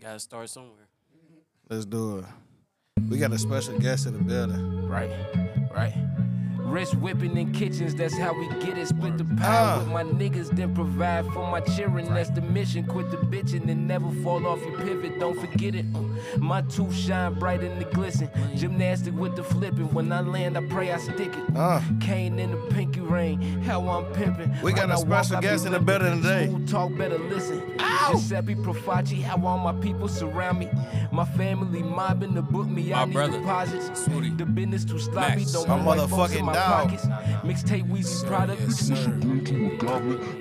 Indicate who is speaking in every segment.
Speaker 1: Gotta start somewhere.
Speaker 2: Let's do it. We got a special guest in the building.
Speaker 3: Right, right. Wrist whipping in kitchens, that's how we get it. Split the
Speaker 2: Ah.
Speaker 3: power with my niggas, then provide for my cheering. That's the mission. Quit the bitching and never fall off your pivot. Don't forget it. Uh, My tooth shine bright in the glisten. Gymnastic with the flipping. When I land, I pray I stick it.
Speaker 2: Uh.
Speaker 3: Cane in the pinky rain. How I'm pimping.
Speaker 2: We got
Speaker 3: When
Speaker 2: a
Speaker 3: I walk,
Speaker 2: special
Speaker 3: I be
Speaker 2: guest in the
Speaker 3: limping.
Speaker 2: building today.
Speaker 3: Smooth talk, better listen. Giuseppe Profaci, how all my people surround me. My family mobbing to book me.
Speaker 1: My
Speaker 3: I need
Speaker 1: brother,
Speaker 3: deposits.
Speaker 1: Sweetie.
Speaker 3: The business too sloppy.
Speaker 1: Max.
Speaker 3: Don't
Speaker 2: My
Speaker 3: put white folks in
Speaker 2: motherfucking
Speaker 3: my
Speaker 2: dog.
Speaker 3: pockets. Mixtape Weezy
Speaker 1: Yes,
Speaker 3: products.
Speaker 1: sir.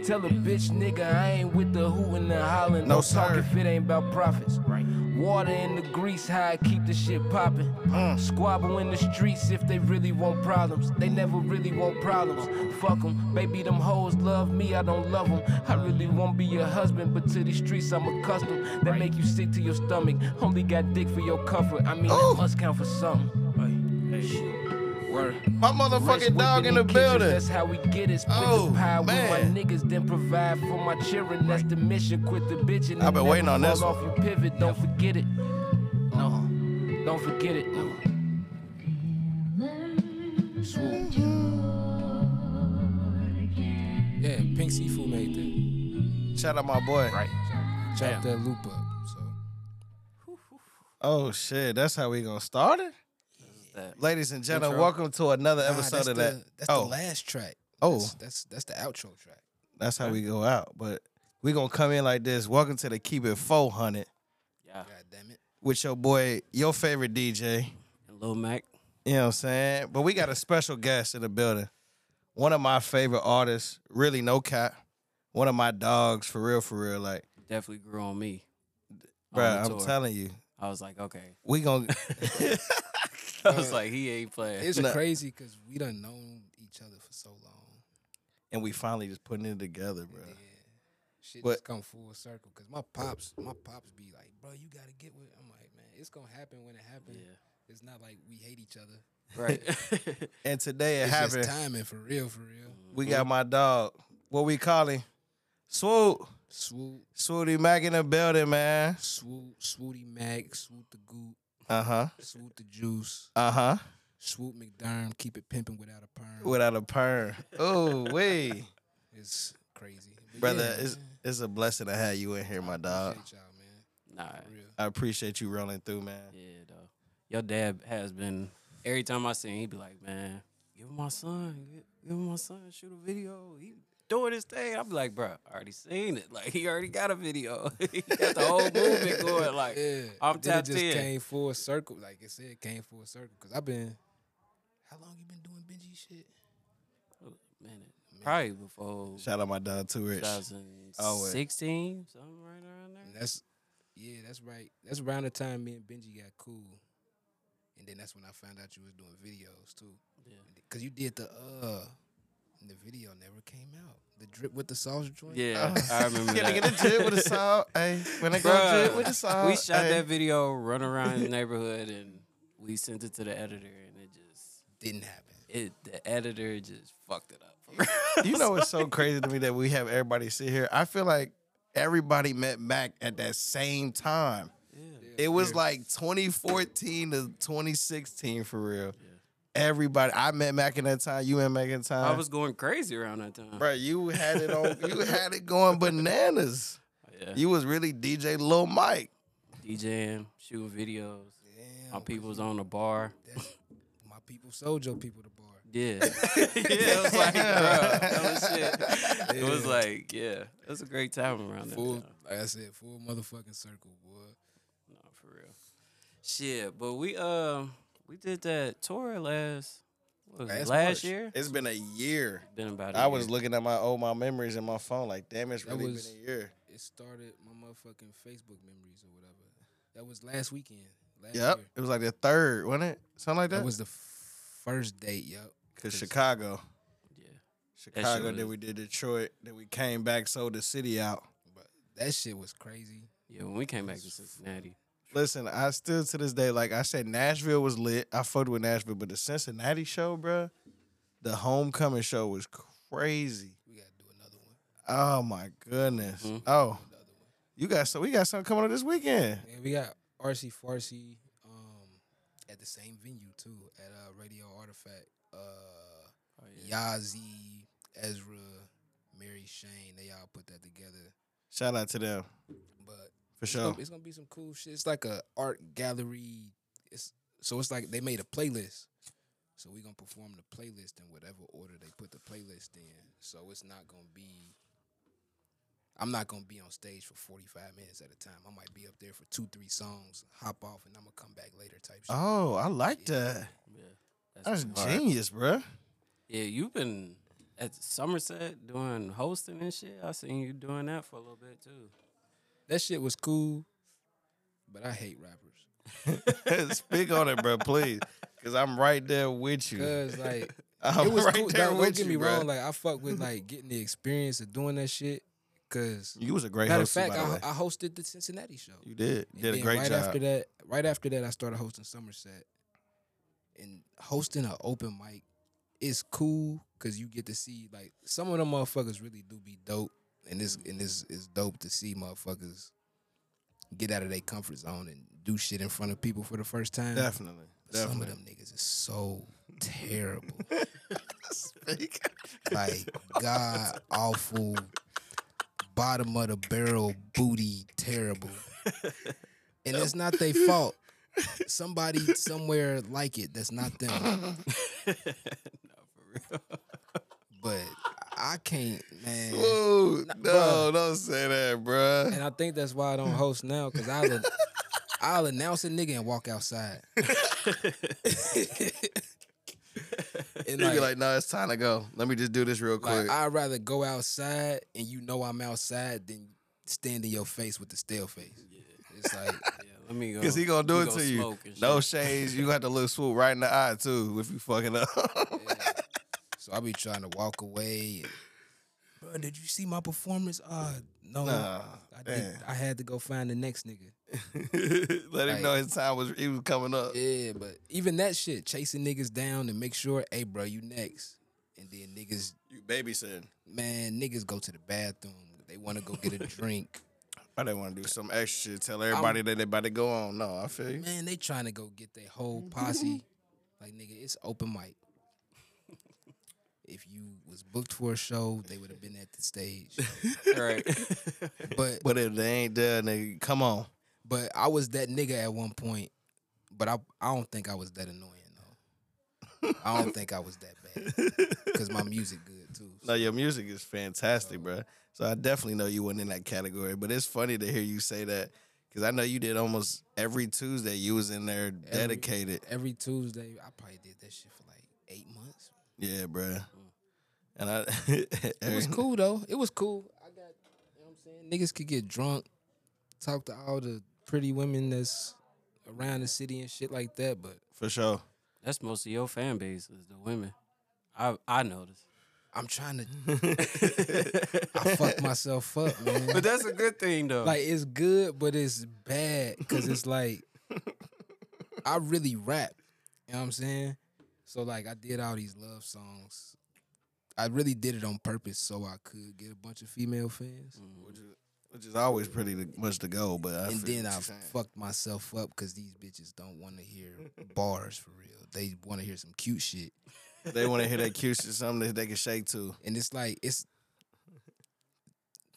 Speaker 3: Tell a bitch nigga I ain't with the hoot and the hollering.
Speaker 2: No,
Speaker 3: Don't talk
Speaker 2: sir.
Speaker 3: if it ain't about profits. Right. Water in the grease, how I keep the shit poppin'.
Speaker 2: Mm.
Speaker 3: Squabble in the streets if they really want problems. They never really want problems. Fuck 'em, Baby, them hoes love me, I don't love 'em. I really won't be your husband, but to these streets I'm accustomed. That make you sick to your stomach. Only got dick for your comfort. I mean,
Speaker 2: Ooh.
Speaker 3: it must count for something. Word.
Speaker 2: My motherfucking
Speaker 3: Wrist
Speaker 2: dog in
Speaker 3: whipping
Speaker 2: the
Speaker 3: kitchens,
Speaker 2: building.
Speaker 3: That's how we get it. Split
Speaker 2: Oh,
Speaker 3: the pie
Speaker 2: man.
Speaker 3: with my niggas, then provide for my children. That's the mission. Quit the bitching.
Speaker 2: I've
Speaker 3: and
Speaker 2: been waiting
Speaker 3: never
Speaker 2: on this
Speaker 3: fall Off your pivot. Don't forget it. No, don't forget it. No. Swoop.
Speaker 1: Yeah, Pink Seafood made that.
Speaker 2: Shout out my boy.
Speaker 3: Right.
Speaker 1: Chop that loop up. So
Speaker 2: Oh shit, that's how we gonna start it.
Speaker 1: that.
Speaker 2: Ladies and gentlemen,
Speaker 1: Intro.
Speaker 2: welcome to another
Speaker 4: Nah,
Speaker 2: episode
Speaker 4: that's
Speaker 2: of
Speaker 4: The,
Speaker 2: that.
Speaker 4: that's
Speaker 2: oh,
Speaker 4: the last track.
Speaker 2: Oh.
Speaker 4: That's, that's that's the outro track.
Speaker 2: that's how we go out. But we gonna come in like this. Welcome to the Keep It 400
Speaker 1: yeah.
Speaker 4: God damn it.
Speaker 2: with your boy, your favorite DJ.
Speaker 1: And Lil Mac.
Speaker 2: You know what I'm saying? But we got a special guest in the building. One of my favorite artists, really no cap. One of my dogs, for real, for real. Like,
Speaker 1: definitely grew on me. on
Speaker 2: bro,
Speaker 1: the
Speaker 2: I'm
Speaker 1: tour.
Speaker 2: telling you,
Speaker 1: I was like, okay.
Speaker 2: we gonna
Speaker 1: I was like, he ain't playing.
Speaker 4: It's
Speaker 2: Nah.
Speaker 4: crazy because we done known each other for so long.
Speaker 2: and we finally just putting it together, bro.
Speaker 4: Yeah. Shit
Speaker 2: But-
Speaker 4: just come full circle. Cause my pops, my pops be like, bro, you gotta get with. I'm like, man, it's gonna happen when it happens.
Speaker 1: yeah.
Speaker 4: It's not like we hate each other.
Speaker 1: Right.
Speaker 2: And today it
Speaker 4: It's
Speaker 2: happened. Mm.
Speaker 4: just timing for real, for real.
Speaker 2: We got my dog. What we call him? Swoop.
Speaker 4: Swoop,
Speaker 2: Swooty Mac in the building, man.
Speaker 4: swoop, swooty Mac, swoop the goop,
Speaker 2: Uh huh.
Speaker 4: swoop the juice,
Speaker 2: Uh huh.
Speaker 4: swoop McDerm, keep it pimping without a perm.
Speaker 2: Without a perm. Oh, wait.
Speaker 4: It's crazy, But
Speaker 2: Brother,
Speaker 4: yeah,
Speaker 2: it's,
Speaker 4: man.
Speaker 2: it's a blessing to have you in here, my dog.
Speaker 4: Appreciate y'all, man.
Speaker 1: nah.
Speaker 4: For real.
Speaker 2: I appreciate you rolling through, man.
Speaker 1: Yeah, though. Your dad has been every time I see him, he be like, man, give him my son, give, give him my son, shoot a video. He doing his thing. I be like, bro, I already seen it. Like he already got a video. he got the whole movement going. Like
Speaker 4: Yeah,
Speaker 1: I'm
Speaker 4: then
Speaker 1: tapped
Speaker 4: it just
Speaker 1: in.
Speaker 4: came full circle, like I said, came full circle. Cause I've been, how long you been doing Benji shit?
Speaker 1: man, probably before
Speaker 2: Shout out my dog, Too Rich.
Speaker 1: 2016, something right around
Speaker 4: And
Speaker 1: there.
Speaker 4: that's, yeah, that's right. That's around the time me and Benji got cool, and then that's when I found out you was doing videos too.
Speaker 1: Yeah.
Speaker 4: Cause you did the uh, and the video never came out. The drip with the sauce joint.
Speaker 1: Yeah, I remember
Speaker 2: Gotta
Speaker 1: that.
Speaker 2: get a jib with a salt, ayy. When I go
Speaker 1: Bruh,
Speaker 2: jib with a salt,
Speaker 1: we shot
Speaker 2: ayy.
Speaker 1: that video, run around the neighborhood, and we sent it to the editor, and it just
Speaker 4: didn't happen.
Speaker 1: it the editor just fucked it up.
Speaker 2: You know, it's so crazy to me that we have everybody sit here. I feel like everybody met back at that same time. It was like 2014 to 2016 for real. Everybody, I met Mac in that time. You met Mac in time.
Speaker 1: I was going crazy around that time.
Speaker 2: bro. You had it on. you had it going bananas.
Speaker 1: Yeah.
Speaker 2: You was really DJ Lil Mike.
Speaker 1: DJing, shooting videos.
Speaker 4: Damn,
Speaker 1: My people was on the bar.
Speaker 4: that's- my people sold your people to bar.
Speaker 1: Yeah. yeah, it was like, bro, that was shit. It was like, yeah, it was a great time around that
Speaker 4: Full,
Speaker 1: time.
Speaker 4: like I said, full motherfucking circle, boy.
Speaker 1: No, for real. Shit, but we um we did that tour last what was it,
Speaker 4: Last March.
Speaker 1: last year.
Speaker 2: It's been a year.
Speaker 1: Been about. a
Speaker 2: I was
Speaker 1: year.
Speaker 2: looking at my old my memories in my phone. Like, damn, it's
Speaker 4: That
Speaker 2: really
Speaker 4: was-
Speaker 2: been a year.
Speaker 4: it started my motherfucking Facebook memories or whatever. That was last weekend. Last
Speaker 2: Yep.
Speaker 4: Year.
Speaker 2: It was like the third, wasn't it? Something like
Speaker 4: That
Speaker 2: that.
Speaker 4: was the f- first date. Yep.
Speaker 2: Cause Chicago,
Speaker 1: Yeah. shit
Speaker 2: Chicago.
Speaker 1: was-
Speaker 2: Then we did Detroit. Then we came back, sold the city out.
Speaker 4: But that shit was crazy.
Speaker 1: Yeah, when we came back to Cincinnati.
Speaker 2: Listen, I still to this day, like I said, Nashville was lit. I fucked with Nashville, but the Cincinnati show, bruh, the homecoming show was crazy.
Speaker 4: We gotta do another one.
Speaker 2: Oh my goodness.
Speaker 1: Mhm.
Speaker 2: Oh, You got so we got something coming up this weekend.
Speaker 4: And we got RC Farsi um, at the same venue too at uh, Radio Artifact. Uh,
Speaker 1: Oh, yeah.
Speaker 4: Yazi, Ezra, Mary Shane, they all put that together.
Speaker 2: Shout out to them
Speaker 4: But
Speaker 2: for
Speaker 4: it's,
Speaker 2: sure.
Speaker 4: gonna, it's gonna be some cool shit. It's like a art gallery. It's so it's like they made a playlist. So we gonna perform the playlist in whatever order they put the playlist in. So it's not gonna be. I'm not gonna be on stage for 45 minutes at a time. I might be up there for two, three songs, hop off, and I'm gonna come back later type shit.
Speaker 2: Oh, I like that.
Speaker 1: Yeah,
Speaker 2: That's
Speaker 1: cool.
Speaker 2: genius, bruh.
Speaker 1: Yeah, you've been at Somerset doing hosting and shit. I seen you doing that for a little bit too.
Speaker 4: That shit was cool, but I hate rappers.
Speaker 2: Speak on it, bro, please, because I'm right there with you.
Speaker 4: Cause like
Speaker 2: I'm
Speaker 4: it was
Speaker 2: Uh, right
Speaker 4: cool.
Speaker 2: there
Speaker 4: don't, don't
Speaker 2: with
Speaker 4: get
Speaker 2: you,
Speaker 4: me
Speaker 2: bruh.
Speaker 4: wrong. Like I fuck with like getting the experience of doing that shit. Cause
Speaker 2: You was a great
Speaker 4: matter of
Speaker 2: host,
Speaker 4: fact,
Speaker 2: by the
Speaker 4: I,
Speaker 2: way.
Speaker 4: I hosted the Cincinnati show.
Speaker 2: you did
Speaker 4: And
Speaker 2: did a
Speaker 4: then
Speaker 2: great
Speaker 4: right
Speaker 2: job.
Speaker 4: After that, right after that, I started hosting Somerset, and hosting an open mic is cool because you get to see like some of them motherfuckers really do be dope, and this and this is dope to see motherfuckers get out of their comfort zone and do shit in front of people for the first time.
Speaker 2: Definitely,
Speaker 4: But Some of
Speaker 2: definitely.
Speaker 4: them niggas is so terrible
Speaker 2: Speak.
Speaker 4: like god awful bottom of the barrel booty terrible and it's not their fault somebody somewhere like it that's not them
Speaker 1: no, for real.
Speaker 4: but i can't man
Speaker 2: Whoa, no,
Speaker 4: bruh.
Speaker 2: don't say that, bruh.
Speaker 4: and i think that's why i don't host now because i'll i'll announce a nigga and walk outside and
Speaker 2: You be like, no, it's time to go. Let me just do this real
Speaker 4: Like,
Speaker 2: quick.
Speaker 4: I'd rather go outside and you know I'm outside than stand in your face with the stale face. It's like,
Speaker 1: Yeah, let me go.
Speaker 2: Cause he gonna do
Speaker 1: we
Speaker 2: it to you.
Speaker 1: smoke and
Speaker 2: No
Speaker 1: shit.
Speaker 2: shades. You got to look swoop right in the eye too if you fucking up.
Speaker 4: so I be trying to walk away. And, Bro, did you see my performance? Uh, no.
Speaker 2: nah,
Speaker 4: I, did,
Speaker 2: damn.
Speaker 4: I had to go find the next nigga.
Speaker 2: Let
Speaker 4: Like-
Speaker 2: him know his time was he was coming up.
Speaker 4: Yeah, but even that shit, chasing niggas down and make sure, hey, bro, you next. And then niggas,
Speaker 2: You babysitting.
Speaker 4: man, niggas go to the bathroom. They want to go get a drink.
Speaker 2: I didn't want to do some extra shit. Tell everybody that they about to go on. No, I feel you.
Speaker 4: Man, they trying to go get their whole posse. like nigga, it's open mic. If you was booked for a show, they would have been at the stage.
Speaker 1: right.
Speaker 4: But
Speaker 2: But if they ain't there, nigga, come on.
Speaker 4: but I was that nigga at one point. But I I don't think I was that annoying though. I don't think I was that bad because my music good too.
Speaker 2: No, your music is fantastic, bruh. So I definitely know you wasn't in that category. But it's funny to hear you say that because I know you did almost every Tuesday. You was in there dedicated.
Speaker 4: Every Tuesday, I probably did that shit for like eight months.
Speaker 2: Yeah, bruh. And I,
Speaker 4: Mm. It was cool though. It was cool. I got, you know what I'm saying? Niggas could get drunk, talk to all the pretty women that's around the city and shit like that, but
Speaker 2: for sure.
Speaker 1: That's most of your fan base is the women. I I noticed.
Speaker 4: I'm trying to I fuck myself up, man.
Speaker 1: But that's a good thing though.
Speaker 4: like it's good, but it's bad cuz it's like I really rap, you know what I'm saying? So like I did all these love songs. I really did it on purpose so I could get a bunch of female fans.
Speaker 2: which is, which is always pretty to, much to go. But I
Speaker 4: Mm. and
Speaker 2: feel
Speaker 4: then
Speaker 2: what
Speaker 4: I
Speaker 2: you're saying.
Speaker 4: fucked myself up because these bitches don't want to hear bars for real. They want to hear some cute shit,
Speaker 2: they want to hear that cute shit, something that they can shake to.
Speaker 4: and it's like it's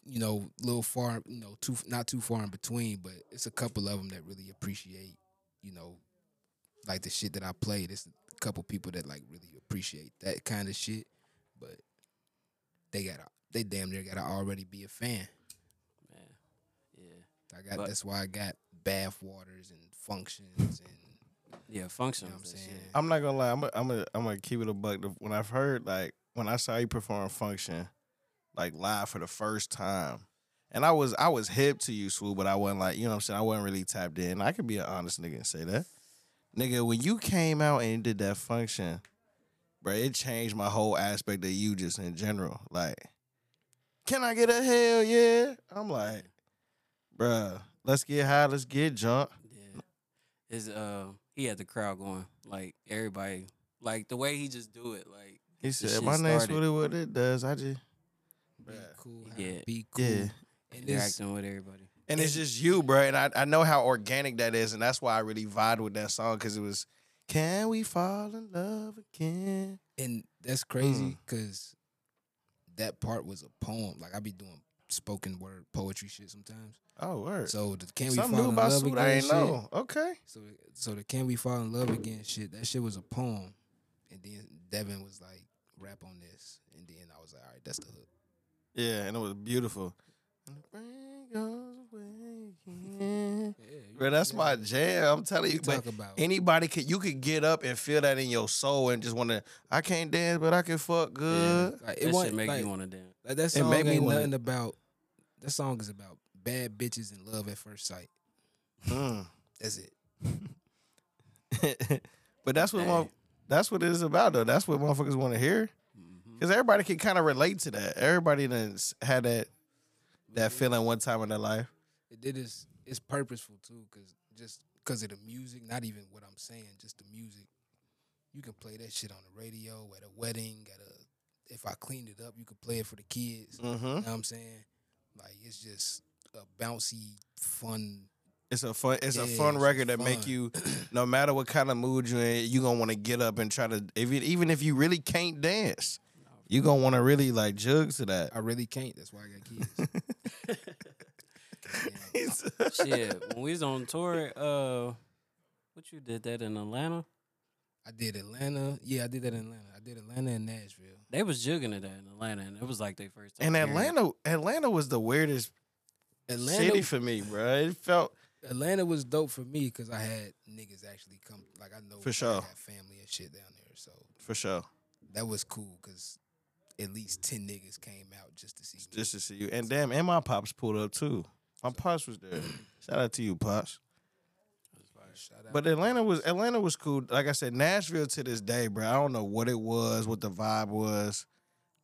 Speaker 4: you know little far, you know, too not too far in between, but it's a couple of them that really appreciate, you know, like the shit that I played. It's a couple people that like really appreciate that kind of shit, but they gotta they damn near gotta already be a fan.
Speaker 1: Man. Yeah.
Speaker 4: I got
Speaker 1: But-
Speaker 4: that's why I got bath waters and functions and.
Speaker 1: Yeah, functions.
Speaker 4: You know what I'm
Speaker 1: and
Speaker 4: saying?
Speaker 1: shit.
Speaker 2: I'm not gonna lie. I'm gonna I'm gonna I'm gonna keep it a buck. The- When I've heard like when I saw you perform Function, like live for the first time, and I was I was hip to you, Swoop, but I wasn't like you know what I'm saying. I wasn't really tapped in. I could be an honest nigga and say that, nigga. When you came out and did that Function, bro, it changed my whole aspect of you just in general. Like, can I get a hell yeah? I'm like, bruh, let's get high, let's get drunk.
Speaker 1: Yeah. His uh he had the crowd going. Like everybody like the way he just do it, like
Speaker 2: He
Speaker 1: the
Speaker 2: said,
Speaker 1: shit
Speaker 2: my name's
Speaker 1: started.
Speaker 2: really what it does. I just.
Speaker 4: Be
Speaker 2: Bruh.
Speaker 4: cool.
Speaker 1: Yeah.
Speaker 4: Be cool.
Speaker 2: Yeah.
Speaker 4: And this,
Speaker 1: interacting with everybody.
Speaker 2: and it's just you, bro. And I, I know how organic that is, and that's why I really vibed with that song because it was, "Can we fall in love again?"
Speaker 4: And that's crazy
Speaker 2: Hmm.
Speaker 4: because that part was a poem. Like I be doing spoken word poetry shit sometimes.
Speaker 2: Oh, word.
Speaker 4: So the can
Speaker 2: Something
Speaker 4: we
Speaker 2: new
Speaker 4: fall in
Speaker 2: about
Speaker 4: love
Speaker 2: Sue
Speaker 4: again?
Speaker 2: I ain't
Speaker 4: shit,
Speaker 2: know. Okay.
Speaker 4: So the, so the can we fall in love again shit. That shit was a poem, and then Devin was like rap on this, and then I was like, all right, that's the hook.
Speaker 2: Yeah, and it was beautiful. And the rain goes away. Bro, that's my jam. I'm telling you, but
Speaker 4: talk about.
Speaker 2: anybody could you could get up and feel that in your soul and just want to. I can't dance, but I can fuck good.
Speaker 4: Like,
Speaker 1: It that shit
Speaker 4: wasn't,
Speaker 1: make
Speaker 4: like-
Speaker 1: you want to dance.
Speaker 4: Like that
Speaker 2: It
Speaker 4: song
Speaker 2: made me
Speaker 4: ain't
Speaker 2: wanna-
Speaker 4: nothing about. That song is about bad bitches and love at first sight.
Speaker 2: Mm.
Speaker 4: That's it.
Speaker 2: but that's what mo- that's what it is about though. That's what motherfuckers want to hear
Speaker 4: Mm-hmm.
Speaker 2: because everybody can kind of relate to that. Everybody done s- had that that
Speaker 4: Mm-hmm.
Speaker 2: feeling one time in their life.
Speaker 4: It did is it's purposeful too, cause just cause of the music, not even what I'm saying, just the music. You can play that shit on the radio at a wedding, at a. If I cleaned it up, you could play it for the kids.
Speaker 2: Mm-hmm.
Speaker 4: You know what I'm saying? Like it's just a bouncy, fun.
Speaker 2: It's a fun. It's a
Speaker 4: Yeah,
Speaker 2: fun
Speaker 4: it's
Speaker 2: record that make
Speaker 4: fun.
Speaker 2: you, no matter what kind of mood you're in, you gonna want to get up and try to. If you, even if you really can't dance, you gonna want to really like jug to that.
Speaker 4: I really can't. That's why I got kids. Goddamn.
Speaker 1: Shit, when we was on tour, uh, what you did that in Atlanta?
Speaker 4: I did Atlanta. Yeah, I did that in Atlanta. I did Atlanta and Nashville.
Speaker 1: They was jugging to that in Atlanta, and it was like their first time.
Speaker 2: and
Speaker 1: hearing it.
Speaker 2: Atlanta, Atlanta was the weirdest
Speaker 4: Atlanta
Speaker 2: city for me, bro. It felt
Speaker 4: Atlanta was dope for me because I had niggas actually come. Like I know
Speaker 2: For
Speaker 4: I
Speaker 2: sure.
Speaker 4: got family and shit down there, so
Speaker 2: for sure
Speaker 4: that was cool because at least ten niggas came out just to see me.
Speaker 2: just to see you. And damn, and my pops pulled up too. My pops was there. Shout out to you, pops.
Speaker 4: Shout out.
Speaker 2: But Atlanta was Atlanta was cool. Like I said, Nashville to this day, bro. I don't know what it was, what the vibe was.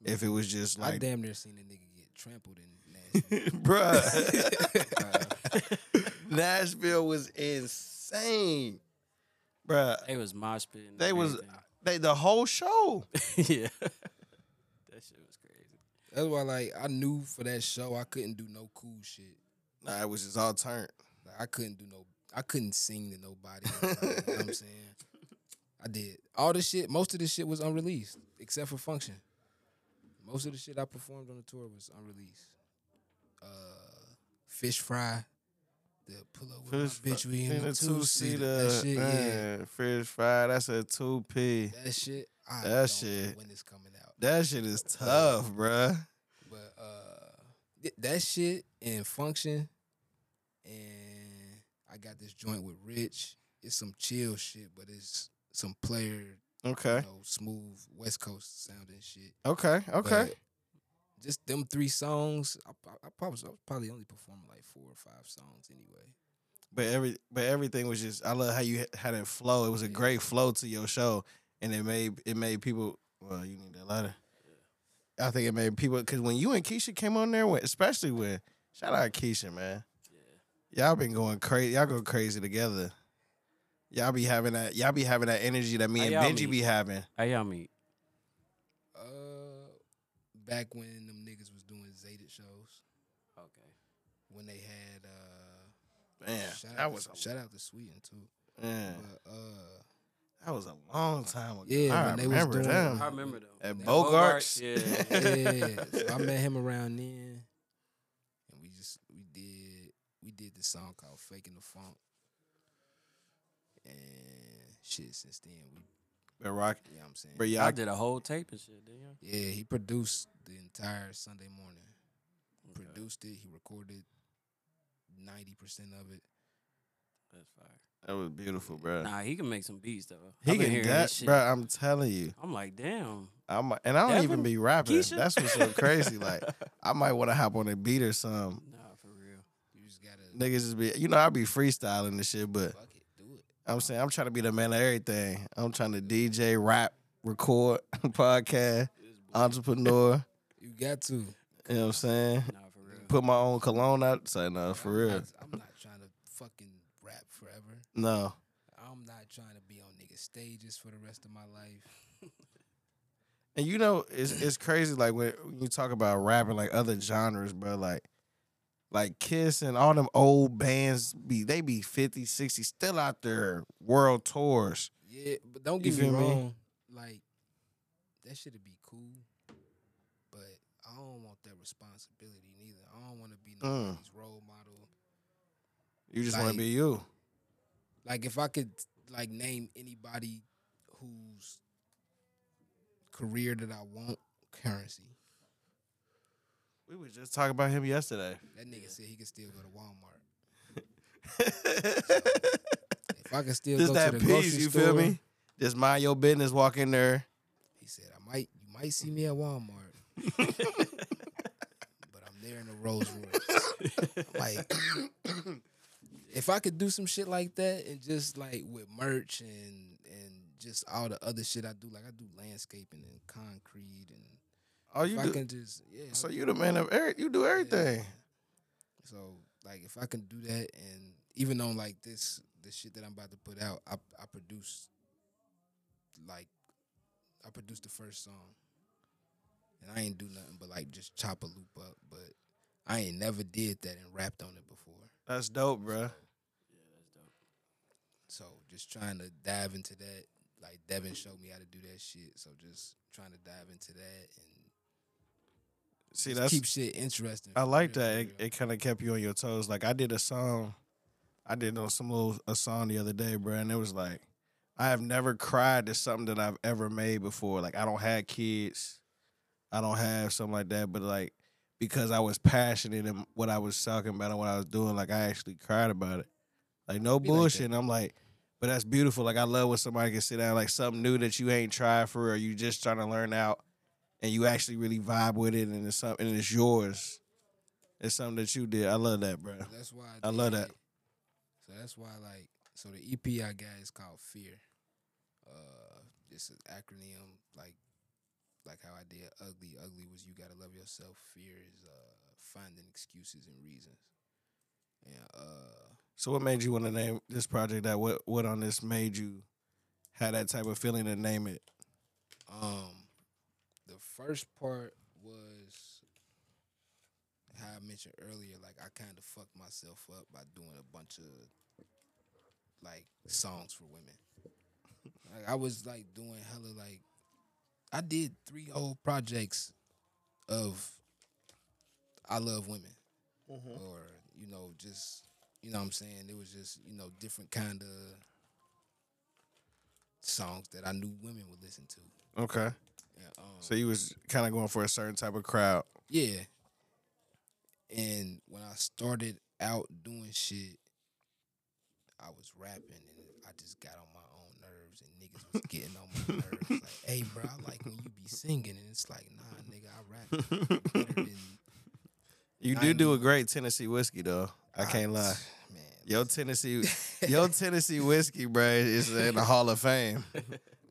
Speaker 2: If it was just
Speaker 4: I
Speaker 2: like,
Speaker 4: damn near seen a nigga get trampled in Nashville.
Speaker 2: bruh. Nashville was insane, bruh.
Speaker 1: They was mosh pitting.
Speaker 2: They
Speaker 1: and
Speaker 2: was
Speaker 1: everything.
Speaker 2: they the whole show.
Speaker 1: yeah. that shit was crazy.
Speaker 4: That's why, like, I knew for that show I couldn't do no cool shit.
Speaker 2: Nah, it was just all turned.
Speaker 4: Like, I couldn't do no. I couldn't sing to nobody. like, you know what I'm saying? I did all the shit. Most of the shit was unreleased, except for Function. Most of the shit I performed on the tour was unreleased. Uh, Fish fry, the pull up with my bitch. We in a two seater. That shit, yeah.
Speaker 2: Fish fry. That's a two p.
Speaker 4: That shit. I
Speaker 2: That
Speaker 4: don't know
Speaker 2: shit.
Speaker 4: When it's coming out,
Speaker 2: That shit is tough, bruh.
Speaker 4: but uh, th- that shit and Function, and I got this joint with Rich. It's some chill shit, but it's some player
Speaker 2: Okay,
Speaker 4: you know, smooth West Coast sounding shit.
Speaker 2: okay, okay.
Speaker 4: But just them three songs. I, prob- I, probably I was probably only performing like four or five songs anyway.
Speaker 2: But every but everything was just. I love how you had it flow. It was a great flow to your show, and it made it made people. Well, you need that lighter. I think it made people because when you and Keisha came on there, when, especially when shout out Keisha, man. Y'all been going crazy. Y'all go crazy together. Y'all be having that. Y'all be having that energy that me
Speaker 1: How
Speaker 2: and
Speaker 1: y'all
Speaker 2: Benji
Speaker 1: meet?
Speaker 2: be having.
Speaker 1: How y'all meet?
Speaker 4: Uh, back when them niggas was doing Zayted shows,
Speaker 1: Okay.
Speaker 4: when they had uh,
Speaker 2: Man,
Speaker 4: shout
Speaker 2: that
Speaker 4: out
Speaker 2: was
Speaker 4: to,
Speaker 2: a,
Speaker 4: shout out to Sweden too.
Speaker 2: man,
Speaker 4: But uh,
Speaker 2: that was a long time ago.
Speaker 4: Yeah,
Speaker 2: I
Speaker 4: when they was
Speaker 2: remember
Speaker 4: doing-
Speaker 2: them.
Speaker 1: I remember them.
Speaker 2: At
Speaker 1: Them
Speaker 2: Bogart's.
Speaker 1: Bogarts, Yeah.
Speaker 4: yeah, so I met him around then, and we just we did we did this song called "Faking the Funk," and shit. Since then, we
Speaker 2: But rock,
Speaker 4: you know what I'm saying.
Speaker 2: but
Speaker 1: I
Speaker 2: y'all,
Speaker 1: did a whole tape and shit, didn't you?
Speaker 4: Yeah, he produced the entire Sunday morning. Produced it. He recorded ninety percent of it.
Speaker 1: That's fire.
Speaker 2: that was beautiful, bro.
Speaker 1: Nah, he can make some beats though.
Speaker 2: He
Speaker 1: I've been
Speaker 2: can
Speaker 1: hearing
Speaker 2: that,
Speaker 1: that shit.
Speaker 2: bro. I'm telling you,
Speaker 1: I'm like, damn.
Speaker 2: I'm and I don't even
Speaker 1: Devin?
Speaker 2: be rapping.
Speaker 1: Keisha?
Speaker 2: That's what's so crazy. Like, I might want to hop on a beat or something.
Speaker 1: Nah, for real.
Speaker 4: You just gotta
Speaker 2: Niggas just be, you know, I be freestyling and shit, but
Speaker 4: fuck it, do it.
Speaker 2: I'm saying I'm trying to be the man of everything. I'm trying to DJ, rap, record, podcast, entrepreneur.
Speaker 4: You got to.
Speaker 2: You know what I'm saying?
Speaker 1: Nah, for real.
Speaker 2: Put my own cologne out. Say no, Uh, for
Speaker 4: I'm
Speaker 2: real.
Speaker 4: not, I'm not trying to fucking rap forever.
Speaker 2: No.
Speaker 4: I'm not trying to be on niggas stages for the rest of my life.
Speaker 2: And you know, it's it's crazy. Like when, when you talk about rapping, like other genres, bro. Like Like Kiss and all them old bands be they be 50, 60, still out there world tours.
Speaker 4: Yeah, but don't
Speaker 2: You
Speaker 4: get me
Speaker 2: feel me?
Speaker 4: wrong. Like that shit'd be cool, but I don't want that responsibility neither. I don't want to be
Speaker 2: Mm.
Speaker 4: nobody's role model.
Speaker 2: You just want to
Speaker 4: Like-
Speaker 2: be you.
Speaker 4: Like if I could like name anybody whose career that I want, currency.
Speaker 2: We was just talking about him yesterday.
Speaker 4: That nigga said he could still go to Walmart. If I could still
Speaker 2: just
Speaker 4: go
Speaker 2: that
Speaker 4: to the
Speaker 2: piece,
Speaker 4: grocery
Speaker 2: you
Speaker 4: store,
Speaker 2: feel me? Just mind your business, walk in there.
Speaker 4: he said I might you might see me at Walmart, but I'm there in the Rolls Royce. like if I could do some shit like that and just like with merch and and just all the other shit I do, like I do landscaping and concrete and
Speaker 2: Oh,
Speaker 4: if
Speaker 2: you
Speaker 4: I
Speaker 2: do,
Speaker 4: can just yeah. I
Speaker 2: so
Speaker 4: do
Speaker 2: you the man of every, you do everything.
Speaker 4: So like if I can do that and even though like this the shit that I'm about to put out, I I produce like I produced the first song. And I ain't do nothing but like just chop a loop up, but I ain't never did that and rapped on it before.
Speaker 2: That's dope, bruh.
Speaker 4: So just trying to dive into that. Like Devin showed me how to do that shit. So just trying to dive into that and
Speaker 2: See,
Speaker 4: just
Speaker 2: that's
Speaker 4: keep shit interesting.
Speaker 2: I
Speaker 4: for
Speaker 2: like
Speaker 4: real,
Speaker 2: that.
Speaker 4: for
Speaker 2: It,
Speaker 4: real.
Speaker 2: it kind of kept you on your toes. Like I did a song, I did on some little a song the other day, bro, and it was like, I have never cried to something that I've ever made before. Like I don't have kids, I don't have something like that, but like because I was passionate in what I was talking about and what I was doing, like I actually cried about it. Like no
Speaker 4: Be like that.
Speaker 2: bullshit. and I'm like, but that's beautiful. Like I love when somebody can sit down like something new that you ain't tried for or you just trying to learn out and you actually really vibe with it and it's something and it's yours. It's something that you did. I love that, bro.
Speaker 4: That's why
Speaker 2: I love
Speaker 4: did
Speaker 2: that.
Speaker 4: it. So that's why like so the EP I got is called Fear. Uh it's an acronym like like how I did ugly. Ugly was you gotta love yourself. Fear is uh finding excuses and reasons. And uh
Speaker 2: So what made you want to name this project that? What what on this made you have that type of feeling to name it?
Speaker 4: Um, the first part was how I mentioned earlier. Like I kind of fucked myself up by doing a bunch of like songs for women. Like I was like doing hella like I did three whole projects of I love women or you know just you know what I'm saying it was just you know different kind of songs that I knew women would listen to.
Speaker 2: Okay.
Speaker 4: And, um,
Speaker 2: So you was kind of going for a certain type of crowd.
Speaker 4: yeah. And when I started out doing shit, I was rapping and I just got on my own nerves and niggas was getting on my nerves. Like, hey, bro, I like when you be singing and it's like, nah, nigga, I rap better than
Speaker 2: You do do a great Tennessee whiskey though. I can't lie.
Speaker 4: man.
Speaker 2: Yo Tennessee, yo Tennessee whiskey, bro, is in the Hall of Fame.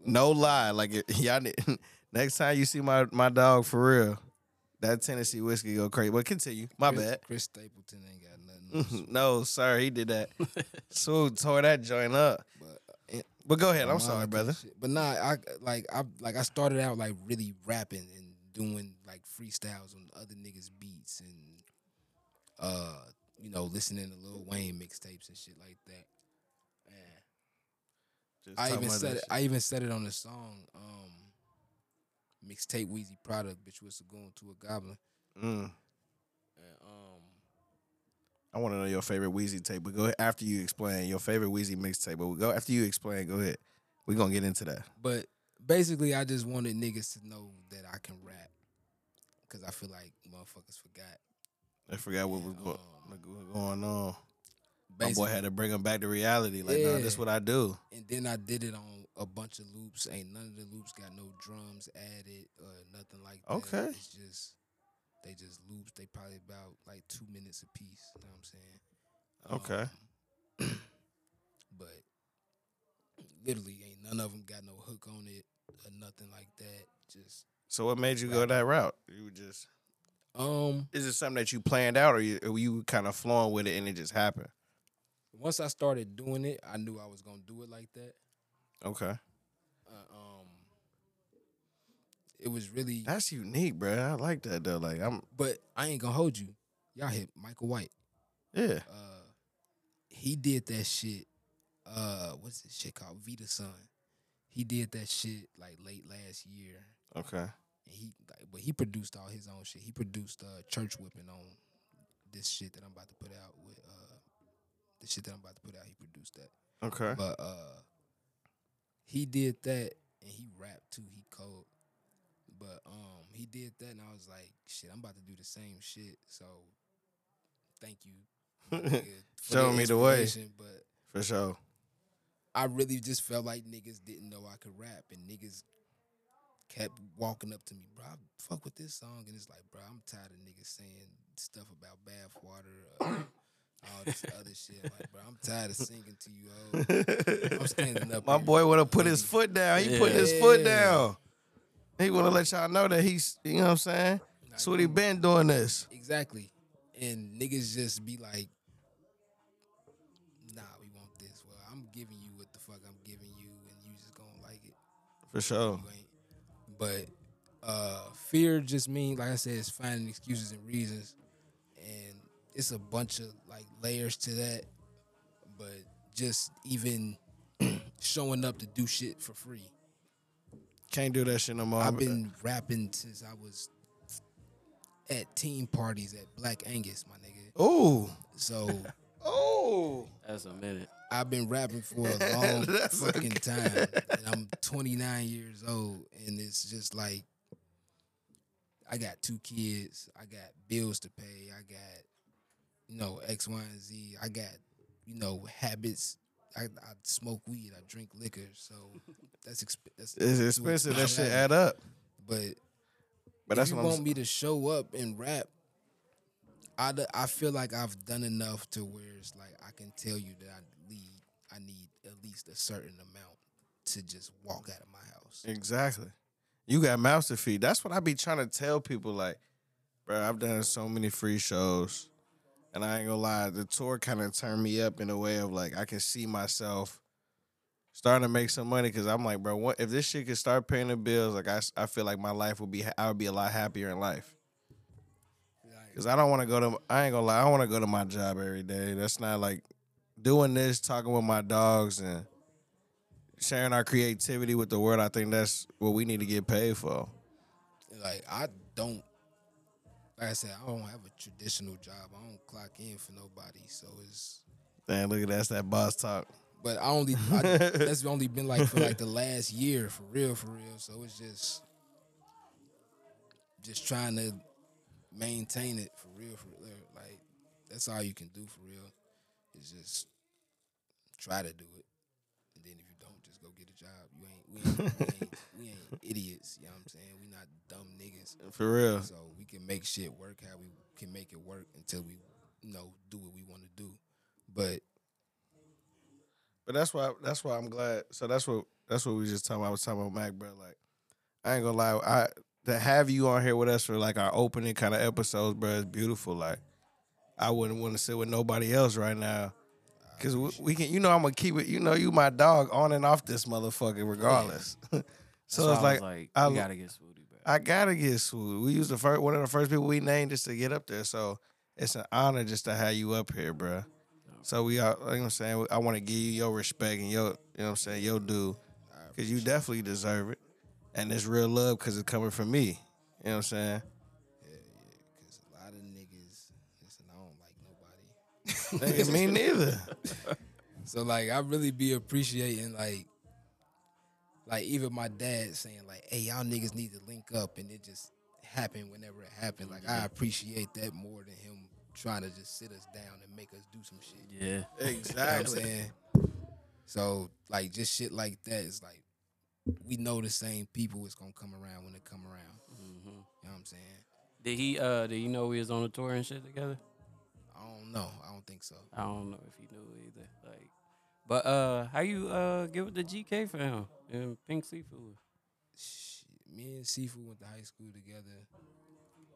Speaker 2: No lie, like y- y'all. Need, next time you see my my dog for real, that Tennessee whiskey go crazy. But continue. My
Speaker 4: Chris,
Speaker 2: bad. Mm-hmm.
Speaker 4: Chris Stapleton ain't got nothing. on us,
Speaker 2: no, sorry, he did that. Swoop tore that joint up.
Speaker 4: but uh,
Speaker 2: But go ahead. I'm
Speaker 4: Nah,
Speaker 2: sorry,
Speaker 4: that
Speaker 2: brother.
Speaker 4: shit- But nah, I like I like I started out like really rapping and doing like freestyles on other niggas' beats and uh you know listening to Lil Wayne mixtapes and shit like that. And
Speaker 2: Just
Speaker 4: I
Speaker 2: talking
Speaker 4: even
Speaker 2: about
Speaker 4: said
Speaker 2: that
Speaker 4: it, I even said it on the song um mixtape Wheezy product bitch was going to a goblin.
Speaker 2: shit. Mm.
Speaker 4: And, um
Speaker 2: I want to know your favorite Wheezy tape. But go ahead after you explain your favorite Wheezy mixtape. But go after you explain. Go ahead. We're gonna get into that.
Speaker 4: But basically, I just wanted niggas to know that I can rap because I feel like motherfuckers forgot.
Speaker 2: I forgot what was go-
Speaker 4: Um,
Speaker 2: what going on. My boy
Speaker 4: basically-
Speaker 2: had to bring him back to reality. Like, nah, this
Speaker 4: Yeah.
Speaker 2: what I do.
Speaker 4: and then I did it on a bunch of loops. Ain't none of the loops got no drums added or nothing like that.
Speaker 2: Okay.
Speaker 4: It's just they just loops. They probably about like two minutes a piece. You know what I'm saying?
Speaker 2: Okay.
Speaker 4: Um, but literally ain't none of them got no hook on it or nothing like that. Just
Speaker 2: So what made you go that route? You were just
Speaker 4: um
Speaker 2: is it something that you planned out, or you, or you kind of flowing with it and it just happened?
Speaker 4: once I started doing it, I knew I was gonna do it like that.
Speaker 2: Okay,
Speaker 4: Uh, um it was really
Speaker 2: that's unique, bro. I like that though. Like I'm
Speaker 4: but I ain't gonna hold you. y'all hit Michael White.
Speaker 2: Yeah.
Speaker 4: Uh, he did that shit. Uh, what's this shit called? Vita Son. He did that shit like late last year.
Speaker 2: Okay.
Speaker 4: And he like, but he produced all his own shit. He produced uh Church Whipping on this shit that I'm about to put out with uh the shit that I'm about to put out. He produced that.
Speaker 2: Okay.
Speaker 4: But uh he did that and he rapped too, he code. But um he did that and I was like, shit, I'm about to do the same shit. So thank you. nigga, for
Speaker 2: Show me the way.
Speaker 4: inspiration, But
Speaker 2: For sure.
Speaker 4: I really just felt like niggas didn't know I could rap and niggas kept walking up to me, bro, I fuck with this song and it's like, bro, I'm tired of niggas saying stuff about bathwater uh, all this other shit. Like, bro, I'm tired of singing to you. Oh, I'm standing up.
Speaker 2: My
Speaker 4: here.
Speaker 2: boy would have put his foot down. He put his foot down. He want to let y'all know that he's, you know what I'm saying? That's what he been doing this.
Speaker 4: Exactly. And niggas just be like, nah, we want this. Well, I'm giving you what the fuck I'm giving you, and you just gonna like it.
Speaker 2: For sure.
Speaker 4: You ain't. But uh, fear just mean, like I said, it's finding excuses and reasons, and it's a bunch of like layers to that. But just even showing up to do shit for free.
Speaker 2: Can't do that shit no more.
Speaker 4: I've been rapping since I was at team parties at Black Angus, my nigga.
Speaker 2: Ooh.
Speaker 4: So
Speaker 2: Ooh.
Speaker 1: That's a minute.
Speaker 4: I've been rapping for a long
Speaker 2: That's
Speaker 4: fucking time. And I'm 29 years old, and it's just like I got two kids, I got bills to pay, I got you know X, Y, and Z, I got you know habits. I, I smoke weed, I drink liquor, so that's exp- that's
Speaker 2: It's expensive. That shit add up.
Speaker 4: But
Speaker 2: But
Speaker 4: if
Speaker 2: that's
Speaker 4: you
Speaker 2: what I'm
Speaker 4: want me to show up and rap, I, d- I feel like I've done enough to where it's like I can tell you that I lead I need at least a certain amount to just walk out of my house.
Speaker 2: Exactly. You got mouths to feed. That's what I be trying to tell people. Like, bro, I've done so many free shows, and I ain't gonna lie, the tour kind of turned me up in a way of like I can see myself starting to make some money because I'm like, bro, what if this shit could start paying the bills? Like, I, s- I feel like my life would be ha- I would be a lot happier in life. Cause I don't want to go to. I ain't gonna lie. I want to go to my job every day. That's not like doing this, talking with my dogs, and sharing our creativity with the world. I think that's what we need to get paid for.
Speaker 4: Like I don't like I said, I don't have a traditional job. I don't clock in for nobody. So it's
Speaker 2: Damn, look at that. That's that boss talk.
Speaker 4: but I only I, that's only been like for like the last year for real, for real. So it's just just trying to maintain it for real, for real. Like that's all you can do for real is just try to do it, and then if you don't, just go get a job. You ain't we ain't, we ain't, we ain't idiots. You know what I'm saying? We not dumb niggas.
Speaker 2: For real.
Speaker 4: So we can make shit work how we can make it work until we, you know, do what we want to do. But
Speaker 2: But that's why that's why I'm glad. So that's what that's what we just talking about. I was talking about Mac, bro. Like, I ain't gonna lie, I to have you on here with us for like our opening kind of episodes, bro, is beautiful. Like, I wouldn't want to sit with nobody else right now. Cause we, we can, you know, I'm gonna keep it. You know, you my dog on and off this motherfucker, regardless. so
Speaker 1: That's
Speaker 2: it's
Speaker 1: why I was
Speaker 2: like, I
Speaker 1: we
Speaker 2: l-
Speaker 1: gotta get Swooty back.
Speaker 2: I gotta get swooped. We was the first one of the first people we named just to get up there. So it's an honor just to have you up here, bruh. So we are, like I'm saying, I want to give you your respect and your, you know what I'm saying, your due, because you definitely deserve it, and it's real love because it's coming from me. You know what I'm saying?
Speaker 4: Cause a lot of niggas, listen, I don't like nobody.
Speaker 2: Nigga, me neither.
Speaker 4: So like, I really be appreciating like, like even my dad saying like, "Hey, y'all niggas need to link up," and it just happened whenever it happened. Like, I appreciate that more than him trying to just sit us down and make us do some shit. You
Speaker 1: yeah.
Speaker 4: know what I'm
Speaker 2: Exactly.
Speaker 4: saying? So like, just shit like that is like, we know the same people is gonna come around when they come around.
Speaker 1: hmm
Speaker 4: You know what I'm saying?
Speaker 1: Did he? Uh, did you know we was on a tour and shit together?
Speaker 4: I don't know. I don't think so.
Speaker 1: I don't know if he knew either. Like, but uh, how you uh get with the GK fam and Pink Seafood?
Speaker 4: Shit, me and Sifu went to high school together.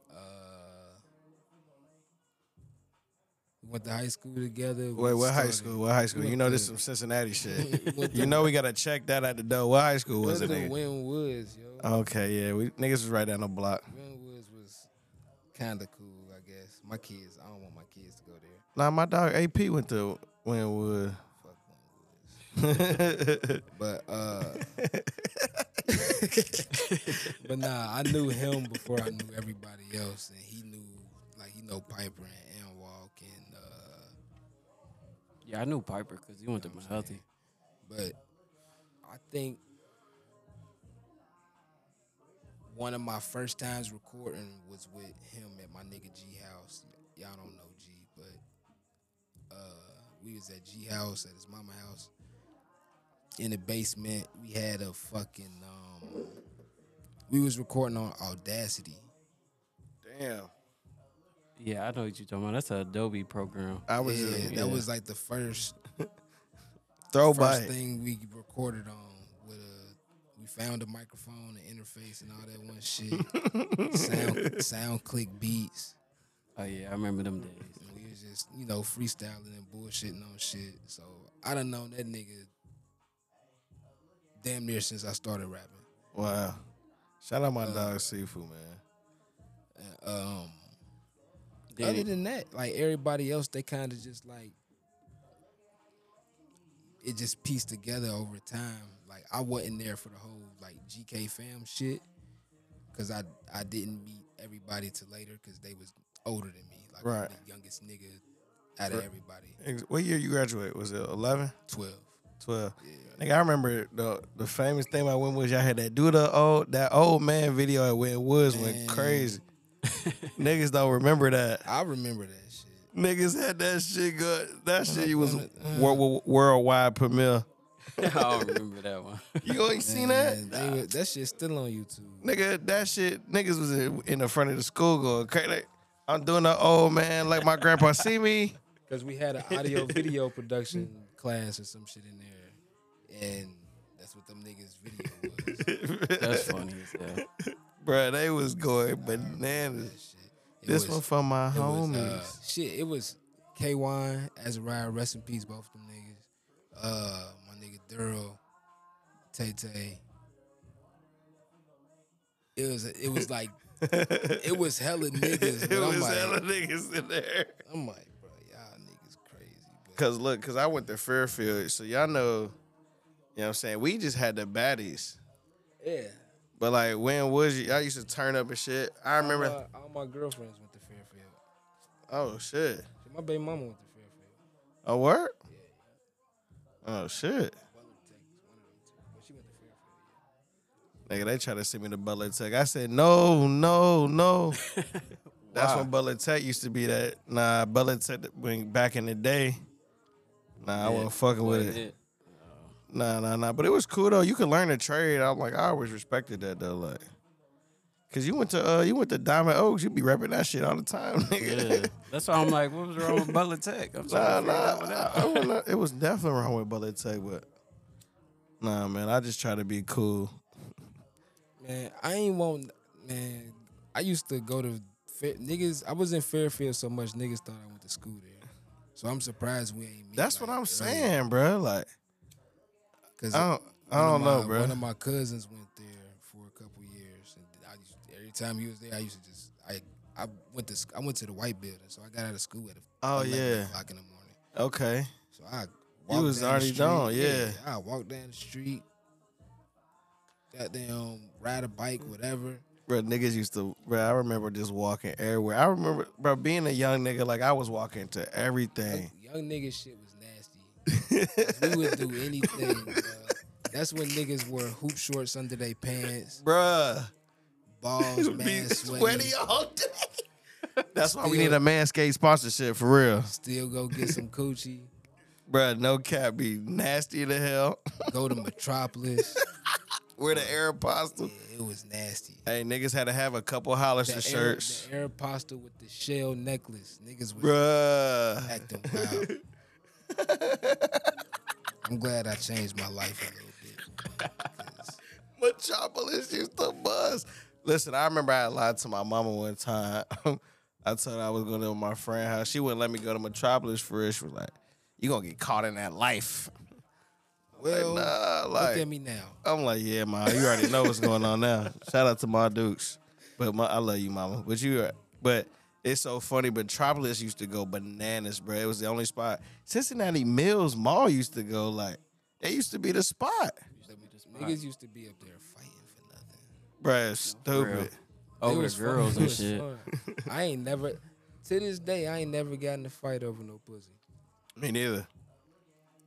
Speaker 4: Uh, we went to high school together. we
Speaker 2: Wait, what high
Speaker 4: started-
Speaker 2: school? What high school?
Speaker 4: we
Speaker 2: You
Speaker 4: went
Speaker 2: know
Speaker 4: to-
Speaker 2: this some Cincinnati shit.
Speaker 4: we went
Speaker 2: You
Speaker 4: to-
Speaker 2: know we gotta check that at the door. What high school
Speaker 4: we
Speaker 2: was
Speaker 4: went
Speaker 2: it? Uh,
Speaker 4: to
Speaker 2: nigga?
Speaker 4: Wynn Woods, yo.
Speaker 2: Okay, yeah, we niggas was right down the block.
Speaker 4: Wynn Woods was kind of cool, I guess. My kids, I don't want my kids to go there.
Speaker 2: Like my dog AP went to Winwood.
Speaker 4: Fuck Wynwood.
Speaker 2: That's
Speaker 4: But uh But nah, I knew him before I knew everybody else and he knew like he know Piper and Ann Walk and uh
Speaker 1: Yeah, I knew Piper because he went to Mahathi.
Speaker 4: but I think one of my first times recording was with him at my nigga G house. Y'all don't know G, but uh, we was at G house at his mama house in the basement. We had a fucking um, we was recording on Audacity.
Speaker 2: Damn.
Speaker 1: Yeah, I know what you're talking about. That's an Adobe program.
Speaker 2: I was
Speaker 4: Yeah,
Speaker 2: just
Speaker 4: that was like the first
Speaker 2: throw by
Speaker 4: first
Speaker 2: it.
Speaker 4: thing we recorded on with a we found a microphone, an interface, and all that one shit. sound sound click beats.
Speaker 1: Oh yeah, I remember them days.
Speaker 4: And we was just, you know, freestyling and bullshitting on shit. So I done known that nigga damn near since I started rapping.
Speaker 2: Wow. Shout out my
Speaker 4: Uh,
Speaker 2: dog Seafood, man.
Speaker 4: And, um
Speaker 1: Then
Speaker 4: other
Speaker 1: it-
Speaker 4: than that, like everybody else, they kind of just like it just pieced together over time. Like I wasn't there for the whole like GK fam shit because I I didn't meet everybody till later because they was older than me. Like
Speaker 2: Right.
Speaker 4: I'm the youngest nigga out of everybody,
Speaker 2: Ex- What year you graduate? Was it 11?
Speaker 4: twelve.
Speaker 2: 12? Nigga, I remember the the famous thing about Winwood. Y'all had that do the old that old man video at Win Woods
Speaker 4: Man.
Speaker 2: went crazy. Niggas don't remember that.
Speaker 4: I remember that shit.
Speaker 2: Niggas had that shit good.
Speaker 4: Oh,
Speaker 2: That shit you was wor- wor- worldwide premiere.
Speaker 1: I don't remember that one.
Speaker 2: You ain't seen that?
Speaker 4: And they was- that shit's still on YouTube.
Speaker 2: Nigga, that shit, niggas was in, in the front of the school going crazy. Like, I'm doing the old man like my grandpa see me.
Speaker 4: Cause we had an audio video production class or some shit in there, and that's what them niggas video was.
Speaker 1: That's funny as hell.
Speaker 2: Bruh, they was going bananas.
Speaker 4: shit. It
Speaker 2: This
Speaker 4: was-
Speaker 2: one for my
Speaker 4: it was,
Speaker 2: homies.
Speaker 4: uh, shit, it was K Wine, Azariah, rest in peace, both of them niggas. Uh, my nigga Duro, Tay Tay. It was it was like it was hella niggas.
Speaker 2: it
Speaker 4: but
Speaker 2: was
Speaker 4: I'm like,
Speaker 2: hella niggas in there.
Speaker 4: I'm like, bro, y'all niggas crazy. But
Speaker 2: Cause look, cause I went to Fairfield, so y'all know, you know what I'm saying? We just had the baddies.
Speaker 4: yeah,
Speaker 2: But like when was y'all used to turn up and shit. I remember
Speaker 3: uh,
Speaker 4: all my, Uh, all my girlfriends went to Fairfield.
Speaker 2: oh shit.
Speaker 4: Shit, My baby mama went to Fairfield.
Speaker 2: A word? Oh shit.
Speaker 4: One of them Texas, one of them two. But she went to Fairfield.
Speaker 2: Nigga, they try to send me to Butler Tech. I said, no, no, no. That's when Butler Tech used to be that. Nah, Butler Tech when back in the day. Nah, I wasn't fucking with it. Nah, nah, nah. But it was cool though. You could learn a trade. I'm like, I always respected that though. Like, cause you went to uh, you went to Diamond Oaks. You be rapping that shit all the time, nigga.
Speaker 1: Yeah. That's why I'm like, what was wrong with Butler Tech? I'm
Speaker 2: nah,
Speaker 1: sorry.
Speaker 2: nah. I- I was not- it was definitely wrong with Bullet Tech, but nah, man. I just try to be cool.
Speaker 4: Man, I ain't want man. I used to go to Fair, niggas. I was in Fairfield so much niggas thought I went to school there. So I'm surprised we ain't. Meet
Speaker 2: That's
Speaker 4: like,
Speaker 2: what I'm
Speaker 4: earlier.
Speaker 2: saying, bruh. Like,
Speaker 4: Cause
Speaker 2: I don't, I
Speaker 4: one
Speaker 2: don't
Speaker 4: of
Speaker 2: know,
Speaker 4: my-
Speaker 2: bruh.
Speaker 4: One of my cousins went there for a couple years, and I used, every time he was there, I used to just I I went to sc- I went to the white building, so I got out of school at
Speaker 2: Oh,
Speaker 4: 11
Speaker 2: yeah.
Speaker 4: o'clock in the morning.
Speaker 2: Okay.
Speaker 4: So I walked
Speaker 2: was
Speaker 4: down the
Speaker 2: already
Speaker 4: street.
Speaker 2: gone,
Speaker 4: I walked down the street. Goddamn, ride a bike, whatever.
Speaker 2: Bro, niggas used to, bro, I remember just walking everywhere. I remember, bro, being a young nigga, like, I was walking to everything.
Speaker 4: Young nigga shit was nasty. we would do anything. bruh. That's when niggas wore hoop shorts under their pants,
Speaker 2: Bruh.
Speaker 4: balls,
Speaker 2: Be
Speaker 4: man, sweaty.
Speaker 2: sweaty all day. That's why we
Speaker 4: Still-
Speaker 2: need a Manscaped sponsorship, for real.
Speaker 4: Still go get some coochie.
Speaker 2: Bruh, no cap, be nasty to hell.
Speaker 4: Go to Metropolis.
Speaker 2: Wear the Aeropostale.
Speaker 4: Yeah, it was nasty.
Speaker 2: Hey, niggas had to have a couple Hollister
Speaker 4: The Air-
Speaker 2: shirts.
Speaker 4: the Aeropostale with the shell necklace. Niggas was
Speaker 2: Bruh.
Speaker 4: acting wild. I'm glad I changed my life a little bit. 'cause
Speaker 2: Metropolis used to buzz. Listen, I remember I lied to my mama one time. I told her I was going to my friend house. She wouldn't let me go to Metropolis for it. She was like, "You gonna get caught in that life."
Speaker 4: Well,
Speaker 2: like, nah,
Speaker 4: Look
Speaker 2: like
Speaker 4: at me now.
Speaker 2: I'm like, yeah, ma, you already know what's going on now. Shout out to my Dukes, but my, I love you, mama. But you, but It's so funny. Metropolis used to go bananas, bro. It was the only spot. Cincinnati Mills Mall used to go like it used to be the spot,
Speaker 4: Niggas used to be up there fighting for nothing.
Speaker 2: bro. Stupid.
Speaker 4: It
Speaker 1: Over the
Speaker 4: was fun.
Speaker 1: girls
Speaker 4: It
Speaker 1: and
Speaker 4: was
Speaker 1: shit.
Speaker 4: fun. I ain't never, to this day, I ain't never gotten a fight over no pussy.
Speaker 2: Me neither.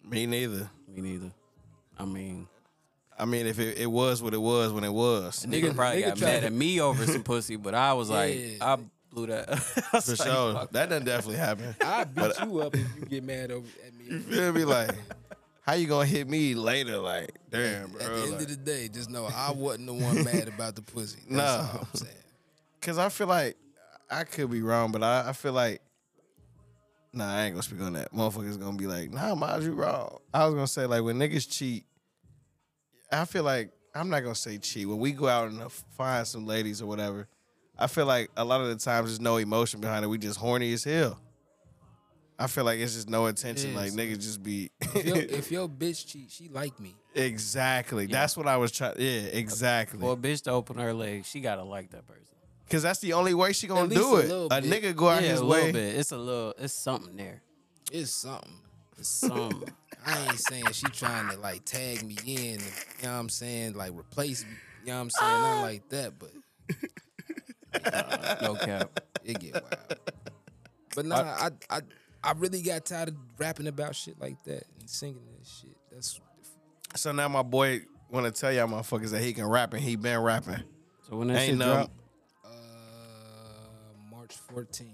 Speaker 2: Me neither.
Speaker 1: Me neither. I mean,
Speaker 2: I mean, if it, it was what it was when it was,
Speaker 1: nigga probably
Speaker 4: nigga
Speaker 1: got
Speaker 4: tried
Speaker 1: mad
Speaker 4: to-
Speaker 1: at me over some pussy, but I was like,
Speaker 4: Yeah.
Speaker 1: I blew that. I was
Speaker 2: for
Speaker 1: like,
Speaker 2: sure,
Speaker 1: fuck
Speaker 2: that doesn't definitely happen.
Speaker 4: I beat you up if you get mad over at me.
Speaker 2: Feel me? Like, how you gonna hit me later? Like, damn,
Speaker 4: At the
Speaker 2: bro.
Speaker 4: end
Speaker 2: like-
Speaker 4: of the day, just know I wasn't the one mad about the pussy. That's
Speaker 2: No.
Speaker 4: all I'm saying.
Speaker 2: Cause I feel like I could be wrong, but I, I feel like nah, I ain't gonna speak on that. Motherfuckers gonna be like, nah, mind you wrong. I was gonna say like when niggas cheat, I feel like I'm not gonna say cheat. When we go out and uh, find some ladies or whatever, I feel like a lot of the times there's no emotion behind it. We just horny as hell. I feel like it's just no intention. Like
Speaker 4: Yes.
Speaker 2: niggas just be
Speaker 4: If your, if your bitch cheat, she like me.
Speaker 2: exactly. That's what I was trying. Yeah, exactly.
Speaker 1: Well, bitch to open her legs, she gotta like that person.
Speaker 2: Cause that's the only way she gonna
Speaker 4: least
Speaker 2: do
Speaker 4: a
Speaker 2: it.
Speaker 4: little
Speaker 2: A
Speaker 4: bit.
Speaker 2: nigga go out
Speaker 1: yeah,
Speaker 2: his
Speaker 1: a
Speaker 2: way.
Speaker 1: little bit. It's a little. It's something there.
Speaker 4: It's something.
Speaker 1: It's some.
Speaker 4: I ain't saying she trying to like tag me in, you know what I'm saying? Like replace me, you know what I'm saying? Not like that, but
Speaker 1: no cap.
Speaker 4: it get wild. But nah, I, I I really got tired of rapping about shit like that and singing that shit. That's
Speaker 2: So now my boy want to tell y'all motherfuckers that he can rap and he been rapping.
Speaker 1: So when that
Speaker 2: Ain't
Speaker 1: shit
Speaker 2: no-
Speaker 1: drop,
Speaker 4: uh March 14th,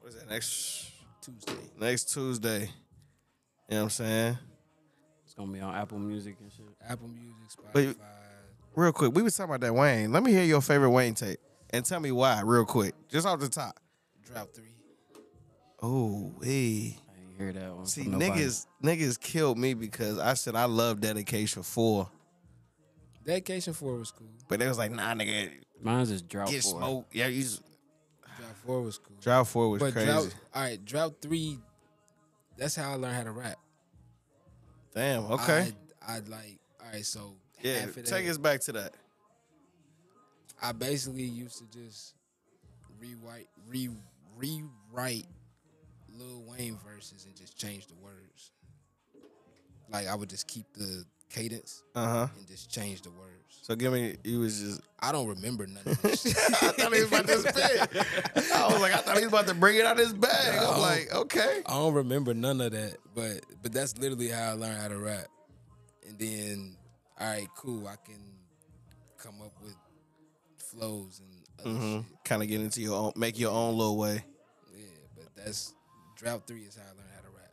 Speaker 2: What is that next
Speaker 4: Tuesday.
Speaker 2: next Tuesday? You know what I'm saying?
Speaker 1: it's gonna be on Apple Music and shit.
Speaker 4: Apple Music, Spotify.
Speaker 2: Wait. Real quick, we was talking about that Wayne. Let me hear your favorite Wayne tape and tell me why, real quick, just off the top.
Speaker 4: Drop three.
Speaker 2: Oh, hey.
Speaker 1: I ain't hear that one.
Speaker 2: See,
Speaker 1: from nobody.
Speaker 2: niggas, niggas killed me because I said I love Dedication Four,
Speaker 4: Dedication four was cool.
Speaker 2: but they was like, nah, nigga,
Speaker 1: Mine's is drought
Speaker 2: get
Speaker 1: Four.
Speaker 2: smoke. Yeah, you. just-
Speaker 4: Drought four was cool.
Speaker 2: Drought Four was
Speaker 4: but
Speaker 2: crazy.
Speaker 4: drought, all right, drought three. That's how I learned how to rap.
Speaker 2: Damn. Okay.
Speaker 4: I, I like. All right, so
Speaker 2: yeah.
Speaker 4: half of
Speaker 2: Take
Speaker 4: that,
Speaker 2: us back to that.
Speaker 4: I basically used to just rewrite, re rewrite Lil Wayne verses and just change the words. Like I would just keep the cadence
Speaker 2: Uh huh.
Speaker 4: and just change the words.
Speaker 2: So give me. You was just
Speaker 4: I don't remember none of this shit.
Speaker 2: I thought he was about to spit. I was like, I thought he was about to bring it out his bag. I'm like, okay.
Speaker 4: I don't remember none of that, but but that's literally how I learned how to rap. And then, all right, cool, I can come up with flows and other
Speaker 2: Mm-hmm.
Speaker 4: shit.
Speaker 2: Kind of get into your own, make your own little way.
Speaker 4: Yeah, but that's drought three is how I learned how to rap.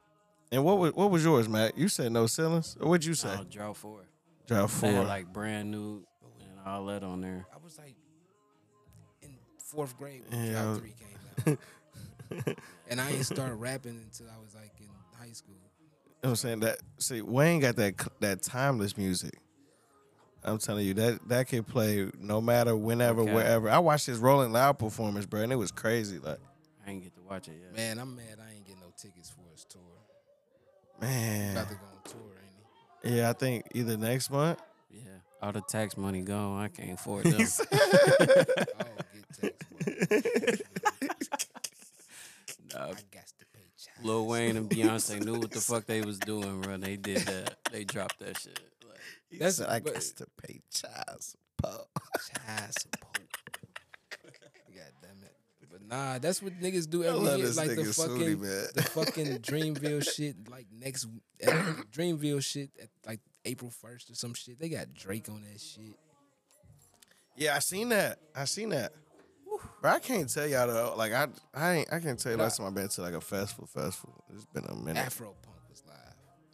Speaker 2: And what was what was yours, Matt? You said no ceilings. Or what'd you say?
Speaker 1: No, drought Four.
Speaker 2: Drive
Speaker 1: They
Speaker 2: four.
Speaker 1: had Oh, like brand new and all that on there.
Speaker 4: I was like in fourth grade when
Speaker 2: Yeah, I
Speaker 4: Drought
Speaker 2: was-
Speaker 4: Three came out, and I didn't start rapping until I was like in high school.
Speaker 2: You know what I'm saying that. See, Wayne got that cl- that timeless music. I'm telling you that that can play no matter whenever,
Speaker 1: Okay.
Speaker 2: wherever. I watched his Rolling Loud performance, bro, and it was crazy. Like,
Speaker 1: I ain't get to watch it yet.
Speaker 4: Man, I'm mad I ain't getting no tickets for his tour.
Speaker 2: man,
Speaker 4: About to go on tour, ain't he?
Speaker 2: yeah, I think either next month.
Speaker 1: Yeah, all the tax money gone. I can't afford them.
Speaker 4: I'll get tickets. I
Speaker 1: Nah,
Speaker 4: got to pay. child
Speaker 1: Lil Wayne and Beyonce knew what the fuck they was doing, bro. and They did that. They dropped that shit. Like,
Speaker 2: That's
Speaker 4: That's-
Speaker 2: said, I
Speaker 4: but-
Speaker 2: got to pay child support.
Speaker 4: child support. God damn it. But nah, that's what niggas do
Speaker 2: I
Speaker 4: every
Speaker 2: love
Speaker 4: year.
Speaker 2: this
Speaker 4: like the
Speaker 2: nigga Sudi,
Speaker 4: fucking,
Speaker 2: man.
Speaker 4: the fucking Dreamville shit. Like next at Dreamville shit at like April first or some shit. They got Drake on that shit.
Speaker 2: Yeah, I seen that. I seen that. Bro, I can't tell y'all though. Like I, I ain't. I can't tell you last time I been to like a festival. Festival. It's been a minute.
Speaker 4: Afro Punk was live.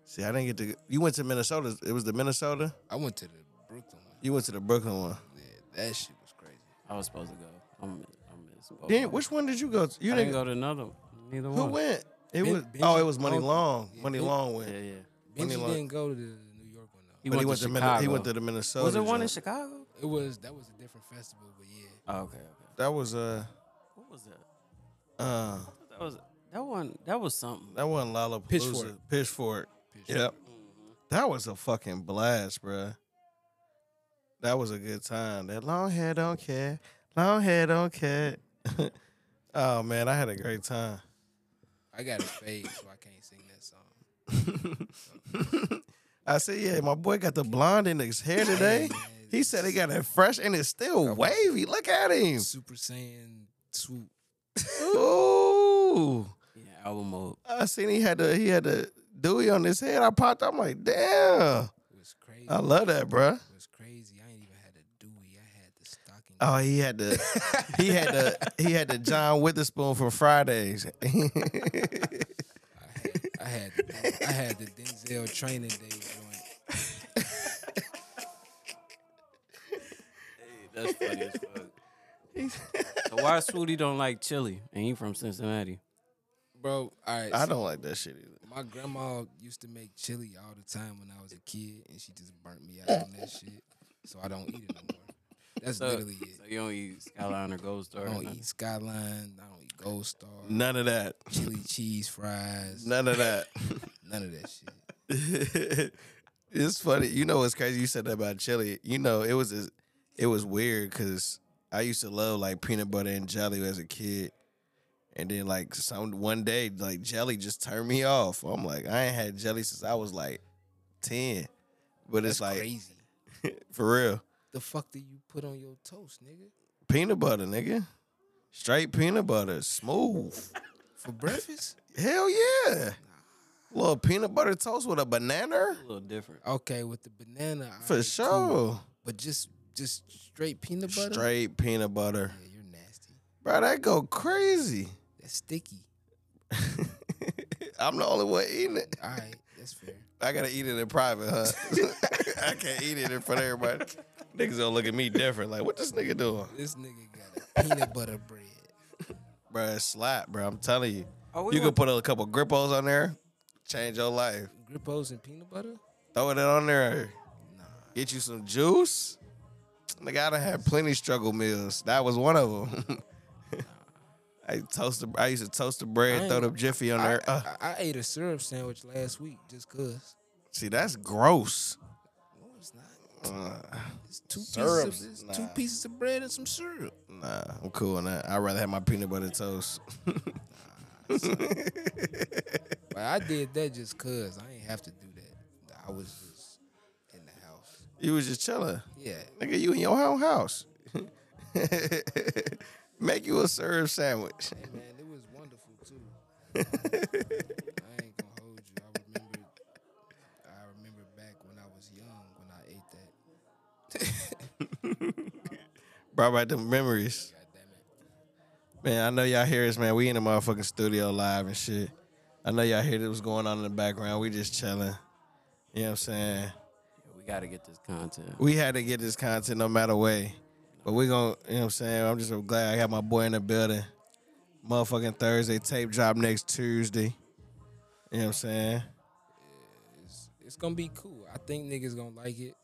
Speaker 2: See, I didn't get to. You went to Minnesota. It was the Minnesota.
Speaker 4: I went to the Brooklyn one.
Speaker 2: You went to the Brooklyn one.
Speaker 4: Yeah, that shit was crazy.
Speaker 1: I was supposed to go. I'm, I'm missed both
Speaker 2: Then
Speaker 1: of them.
Speaker 2: which one did you go? to? You
Speaker 1: I
Speaker 2: didn't,
Speaker 1: didn't go to another. Neither
Speaker 2: Who
Speaker 1: one.
Speaker 2: went? It
Speaker 4: Ben-
Speaker 2: was.
Speaker 4: Benji-
Speaker 2: oh, it was Money
Speaker 4: oh,
Speaker 2: Long.
Speaker 4: yeah,
Speaker 2: Money
Speaker 4: Ben-
Speaker 2: Long went.
Speaker 1: Yeah, yeah.
Speaker 2: When
Speaker 4: Benji
Speaker 2: he lo-
Speaker 4: didn't go to the New York one though.
Speaker 1: He
Speaker 2: But
Speaker 1: went,
Speaker 2: he went to,
Speaker 1: to
Speaker 2: Min-
Speaker 1: Chicago.
Speaker 2: he went to the Minnesota.
Speaker 1: Was it one in
Speaker 2: joint.
Speaker 1: Chicago?
Speaker 4: It was that was a different festival, but yeah.
Speaker 1: Oh, okay, okay.
Speaker 2: That was uh
Speaker 1: What was that?
Speaker 2: uh
Speaker 1: That was that one. That was something.
Speaker 2: that wasn't Lollapalooza.
Speaker 4: Pitchfork.
Speaker 2: Pitchfork. Yep. That was a fucking blast, bruh. That was a good time. That long hair don't care. Long hair don't care. Oh man, I had a great time.
Speaker 4: I got a fade, so I can't sing that song.
Speaker 2: I said, yeah, my boy got the blonde in his hair today. He said he got it fresh and it's still wavy. Look at him.
Speaker 4: Super Saiyan swoop.
Speaker 2: Ooh.
Speaker 1: Yeah, album mode.
Speaker 2: I seen he had the he had the Dewey on his head. I popped. I'm like, damn.
Speaker 4: was crazy.
Speaker 2: I love that, bruh.
Speaker 4: was crazy. I ain't even had a Dewey. I had the stocking.
Speaker 2: Oh, he had the he had the he had the John Witherspoon from Fridays.
Speaker 4: I had, I had, the, I had the Denzel training day joint.
Speaker 1: That's funny as fuck. so why Swooty don't like chili and he from Cincinnati?
Speaker 4: Bro, all right.
Speaker 2: I
Speaker 4: so
Speaker 2: don't like that shit either.
Speaker 4: My grandma used to make chili all the time when I was a kid, and she just burnt me out on that shit. So I don't eat it no more. That's
Speaker 1: So,
Speaker 4: literally it.
Speaker 1: so you don't eat Skyline or Gold Star?
Speaker 4: I
Speaker 1: or
Speaker 4: don't
Speaker 1: nothing?
Speaker 4: eat Skyline. I don't eat Gold Star.
Speaker 2: None of that.
Speaker 4: Chili cheese fries.
Speaker 2: None of that.
Speaker 4: None of that shit.
Speaker 2: it's funny. You know what's crazy? You said that about chili. You know, it was just- it was weird because I used to love like peanut butter and jelly as a kid. And then like some one day, like jelly just turned me off. I'm like, I ain't had jelly since I was like 10. But
Speaker 4: That's
Speaker 2: it's like
Speaker 4: crazy.
Speaker 2: for real.
Speaker 4: The fuck do you put on your toast, nigga?
Speaker 2: Peanut butter, nigga. Straight peanut butter. Smooth.
Speaker 4: For breakfast?
Speaker 2: Hell yeah. Little peanut butter toast with a banana?
Speaker 1: A little different.
Speaker 4: Okay, with the banana.
Speaker 2: For
Speaker 4: alright, cool.
Speaker 2: sure.
Speaker 4: But just just straight peanut butter.
Speaker 2: Straight peanut butter.
Speaker 4: Yeah, you're nasty.
Speaker 2: Bro, that go crazy.
Speaker 4: That's sticky.
Speaker 2: I'm the only one eating it.
Speaker 4: All right, that's fair.
Speaker 2: I gotta eat it in private, huh? I can't eat it in front of everybody. Niggas gonna look at me different. Like, what this nigga doing?
Speaker 4: This nigga got a peanut butter bread.
Speaker 2: Bro, it's slap, bro. I'm telling you.
Speaker 1: Oh, we
Speaker 2: You can
Speaker 1: went-
Speaker 2: put a couple grippos on there, change your life.
Speaker 4: Grippos and peanut butter?
Speaker 2: Throw it on there.
Speaker 4: Nah.
Speaker 2: Get you some juice. Nigga, I done had plenty struggle meals. That was one of them. I toast the, I used to toast the bread,
Speaker 4: I
Speaker 2: throw the
Speaker 4: ain't-
Speaker 2: jiffy on
Speaker 4: I,
Speaker 2: there. Uh,
Speaker 4: I- I ate a syrup sandwich last week just cause.
Speaker 2: see, that's gross.
Speaker 4: No, it's not.
Speaker 2: Uh,
Speaker 4: It's two
Speaker 2: Syrups,
Speaker 4: pieces. Of, it's
Speaker 2: nah.
Speaker 4: Two pieces of bread and some syrup.
Speaker 2: Nah, I'm cool on that. I'd rather have my peanut butter toast.
Speaker 4: But I did that just cause. I ain't have to do that. I was just in the house.
Speaker 2: you was just chilling.
Speaker 4: Yeah.
Speaker 2: Nigga, you in your own house. Make you a serve sandwich.
Speaker 4: Hey man, it was wonderful too. I ain't gonna hold you. I remember I remember back when I was young when I ate that.
Speaker 2: Brought back them memories.
Speaker 4: God damn it.
Speaker 2: Man, I know y'all hear us, man. We in the motherfucking studio live and shit. I know y'all hear what's going on in the background. We just chilling. You know what I'm saying?
Speaker 1: we gotta get this content.
Speaker 2: We had to get this content no matter way. But we gonna, you know what I'm saying? I'm just so glad I got my boy in the building. Motherfucking Thursday, tape drop next Tuesday. You know what I'm saying?
Speaker 4: It's, it's gonna be cool. I think niggas gonna like it.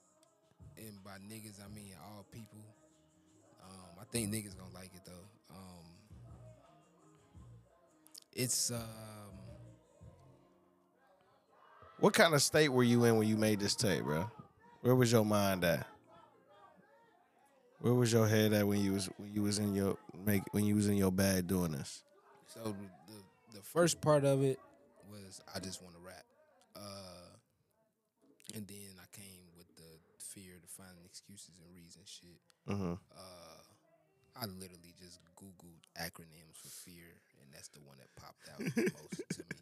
Speaker 4: And by niggas I mean all people. Um, I think niggas gonna like it though. Um, it's um
Speaker 2: What kind of state were you in when you made this tape, bro? Where was your mind at? Where was your head at when you was when you was in your make when you was in your bag doing this?
Speaker 4: so the, the the first part of it was I just wanna rap. Uh and then I came with the fear to find excuses and reason shit.
Speaker 2: Mm-hmm.
Speaker 4: uh, I literally just googled acronyms for fear, and that's the one that popped out the most to me.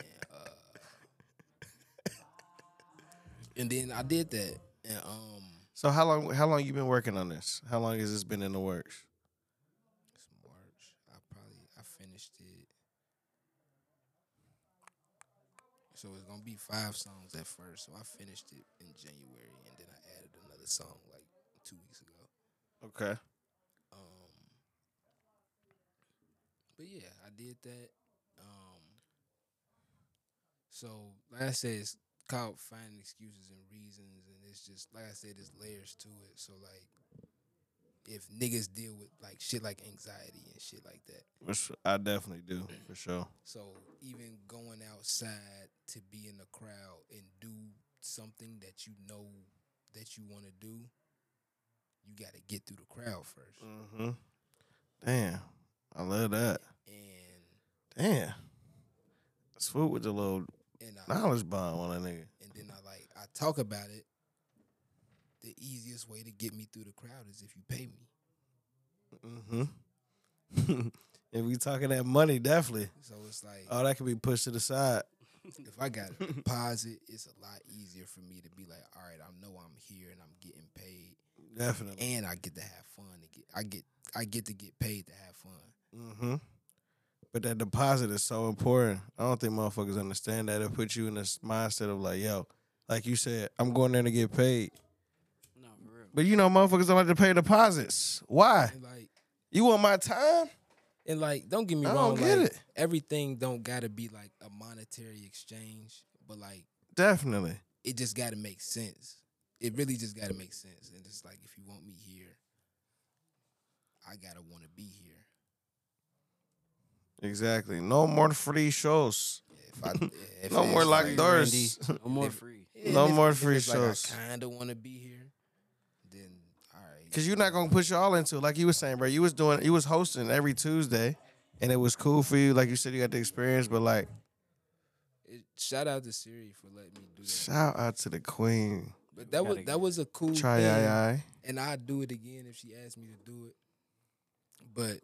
Speaker 4: And, uh, and then I did that, and um,
Speaker 2: So how long how long you been working on this? How long has this been in the works?
Speaker 4: it's March. I probably I finished it. So it's gonna be five songs at first. So I finished it in January, and then I added another song like two weeks ago.
Speaker 2: Okay.
Speaker 4: Um, but yeah, I did that. Um, so like I said, it's called finding excuses and reasons, and it's just like I said, there's layers to it. So like, if niggas deal with like shit like anxiety and shit like that,
Speaker 2: Which I definitely do for sure.
Speaker 4: so even going outside to be in the crowd and do something that you know that you want to do,
Speaker 2: Mm.
Speaker 4: you got to get through the crowd first.
Speaker 2: Mm-hmm. Damn, I love that.
Speaker 4: and
Speaker 2: Damn. Swoop with the little
Speaker 4: and uh, I,
Speaker 2: knowledge bomb on that nigga.
Speaker 4: and then I like I talk about it. The easiest way to get me through the crowd is if you pay me.
Speaker 2: Mm-hmm. if we talking that money, definitely.
Speaker 4: So it's like
Speaker 2: All Oh, that can be pushed to the side.
Speaker 4: if I got a deposit, it's a lot easier for me to be like, all right, I know I'm here and I'm getting paid,
Speaker 2: Definitely.
Speaker 4: and I get to have fun. And get, I get I get to get paid to have fun.
Speaker 2: Mm-hmm. But that deposit is so important. I don't think motherfuckers understand that. It puts you in this mindset of like, yo, like you said, I'm going there to get paid.
Speaker 1: No, for real.
Speaker 2: But you know, motherfuckers don't like to pay deposits. Why?
Speaker 4: And like
Speaker 2: You want my time?
Speaker 4: and like, don't get me
Speaker 2: I
Speaker 4: wrong,
Speaker 2: don't get
Speaker 4: like,
Speaker 2: it.
Speaker 4: everything don't gotta be like a monetary exchange, but like
Speaker 2: Definitely.
Speaker 4: it just gotta make sense. It really just gotta make sense. And it's like if you want me here, I gotta wanna be here.
Speaker 2: Exactly. No more free shows.
Speaker 4: If I if
Speaker 2: No
Speaker 4: it's
Speaker 2: more locked
Speaker 4: like-
Speaker 2: doors.
Speaker 1: No more free.
Speaker 4: Yeah,
Speaker 2: No
Speaker 4: and
Speaker 2: more
Speaker 4: if
Speaker 2: free
Speaker 4: it's
Speaker 2: shows.
Speaker 4: Like I kinda wanna be here, then all right.
Speaker 2: Cause you're not gonna put your all into it, like you was saying, bro. You was doing, you was hosting every Tuesday, and it was cool for you. Like you said, you got the experience, but like,
Speaker 4: It, shout out to Siri for letting me do that.
Speaker 2: shout out to the queen,
Speaker 4: But that was
Speaker 1: Gotta
Speaker 4: that was a cool
Speaker 2: try
Speaker 4: thing,
Speaker 2: I
Speaker 4: and I'd do it again if she asked me to do it. But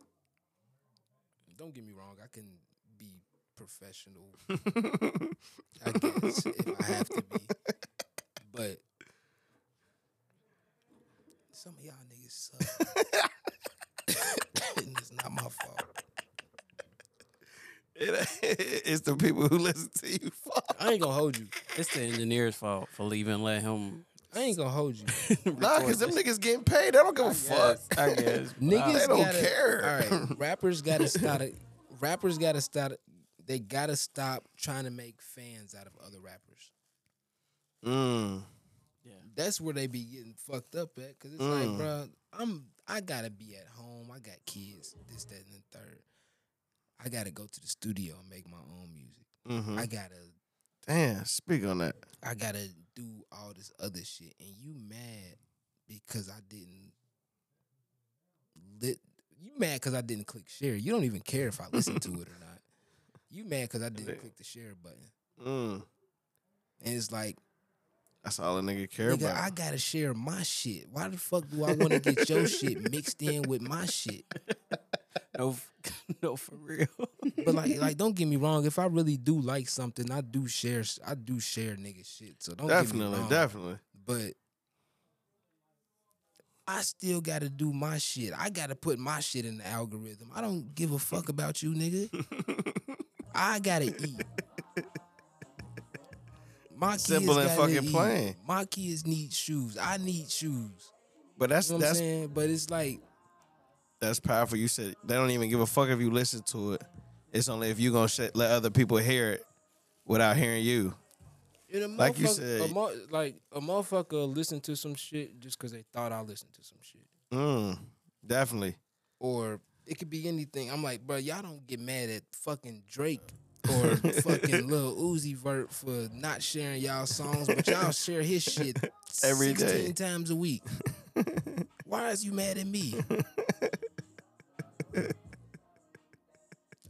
Speaker 4: don't get me wrong, I can be professional, I guess, if I have to be. But some of y'all niggas suck. and it's not my fault.
Speaker 2: it's the people who listen to you. Fuck.
Speaker 4: I ain't gonna hold you.
Speaker 1: It's the engineer's fault for leaving. Let him.
Speaker 4: I ain't gonna hold you.
Speaker 2: Nah, cause them niggas getting paid. They don't give a fuck.
Speaker 1: I guess.
Speaker 4: Niggas
Speaker 2: They don't
Speaker 4: gotta,
Speaker 2: care.
Speaker 4: All right, rappers gotta stop. rappers gotta stop. They gotta stop trying to make fans out of other rappers.
Speaker 2: Mm.
Speaker 4: That's where they be getting fucked up at. Cause it's
Speaker 2: Mm.
Speaker 4: like, bro, I'm I gotta be at home. I got kids. This, that, and the third. I gotta go to the studio and make my own music.
Speaker 2: hmm
Speaker 4: I gotta
Speaker 2: Damn, speak on that.
Speaker 4: I gotta do all this other shit, and you mad because I didn't lit. You mad because I didn't click share. You don't even care if I listen to it or not. You mad because I didn't click the share button,
Speaker 2: Mm.
Speaker 4: and it's like,
Speaker 2: That's all a nigga care
Speaker 4: nigga,
Speaker 2: about.
Speaker 4: I gotta share my shit. Why the fuck do I want to get your shit mixed in with my shit?
Speaker 1: No, f- no, for real.
Speaker 4: But like, like, don't get me wrong. If I really do like something, I do share. s- I do share nigga shit. So don't get me
Speaker 2: definitely,
Speaker 4: wrong.
Speaker 2: definitely.
Speaker 4: but I still got to do my shit. I got to put my shit in the algorithm. I don't give a fuck about you, nigga. I got to eat. My kids
Speaker 2: Simple and
Speaker 4: gotta
Speaker 2: fucking
Speaker 4: eat.
Speaker 2: plain.
Speaker 4: My kids need shoes. I need shoes.
Speaker 2: But that's
Speaker 4: You know what I'm
Speaker 2: that's
Speaker 4: saying? But it's like,
Speaker 2: That's powerful. You said they don't even give a fuck if you listen to it. It's only if you gonna sh- let other people hear it without hearing you.
Speaker 4: and a
Speaker 2: Like you
Speaker 4: motherfuck-
Speaker 2: said-
Speaker 4: a mo- like a motherfucker listen to some shit just because they thought I listened to some shit.
Speaker 2: Mm, definitely.
Speaker 4: or it could be anything. I'm like, bro, y'all don't get mad at fucking Drake or fucking Lil Uzi Vert for not sharing y'all songs, but y'all share his shit
Speaker 2: Every
Speaker 4: 16
Speaker 2: day.
Speaker 4: times a week. Why is you mad at me?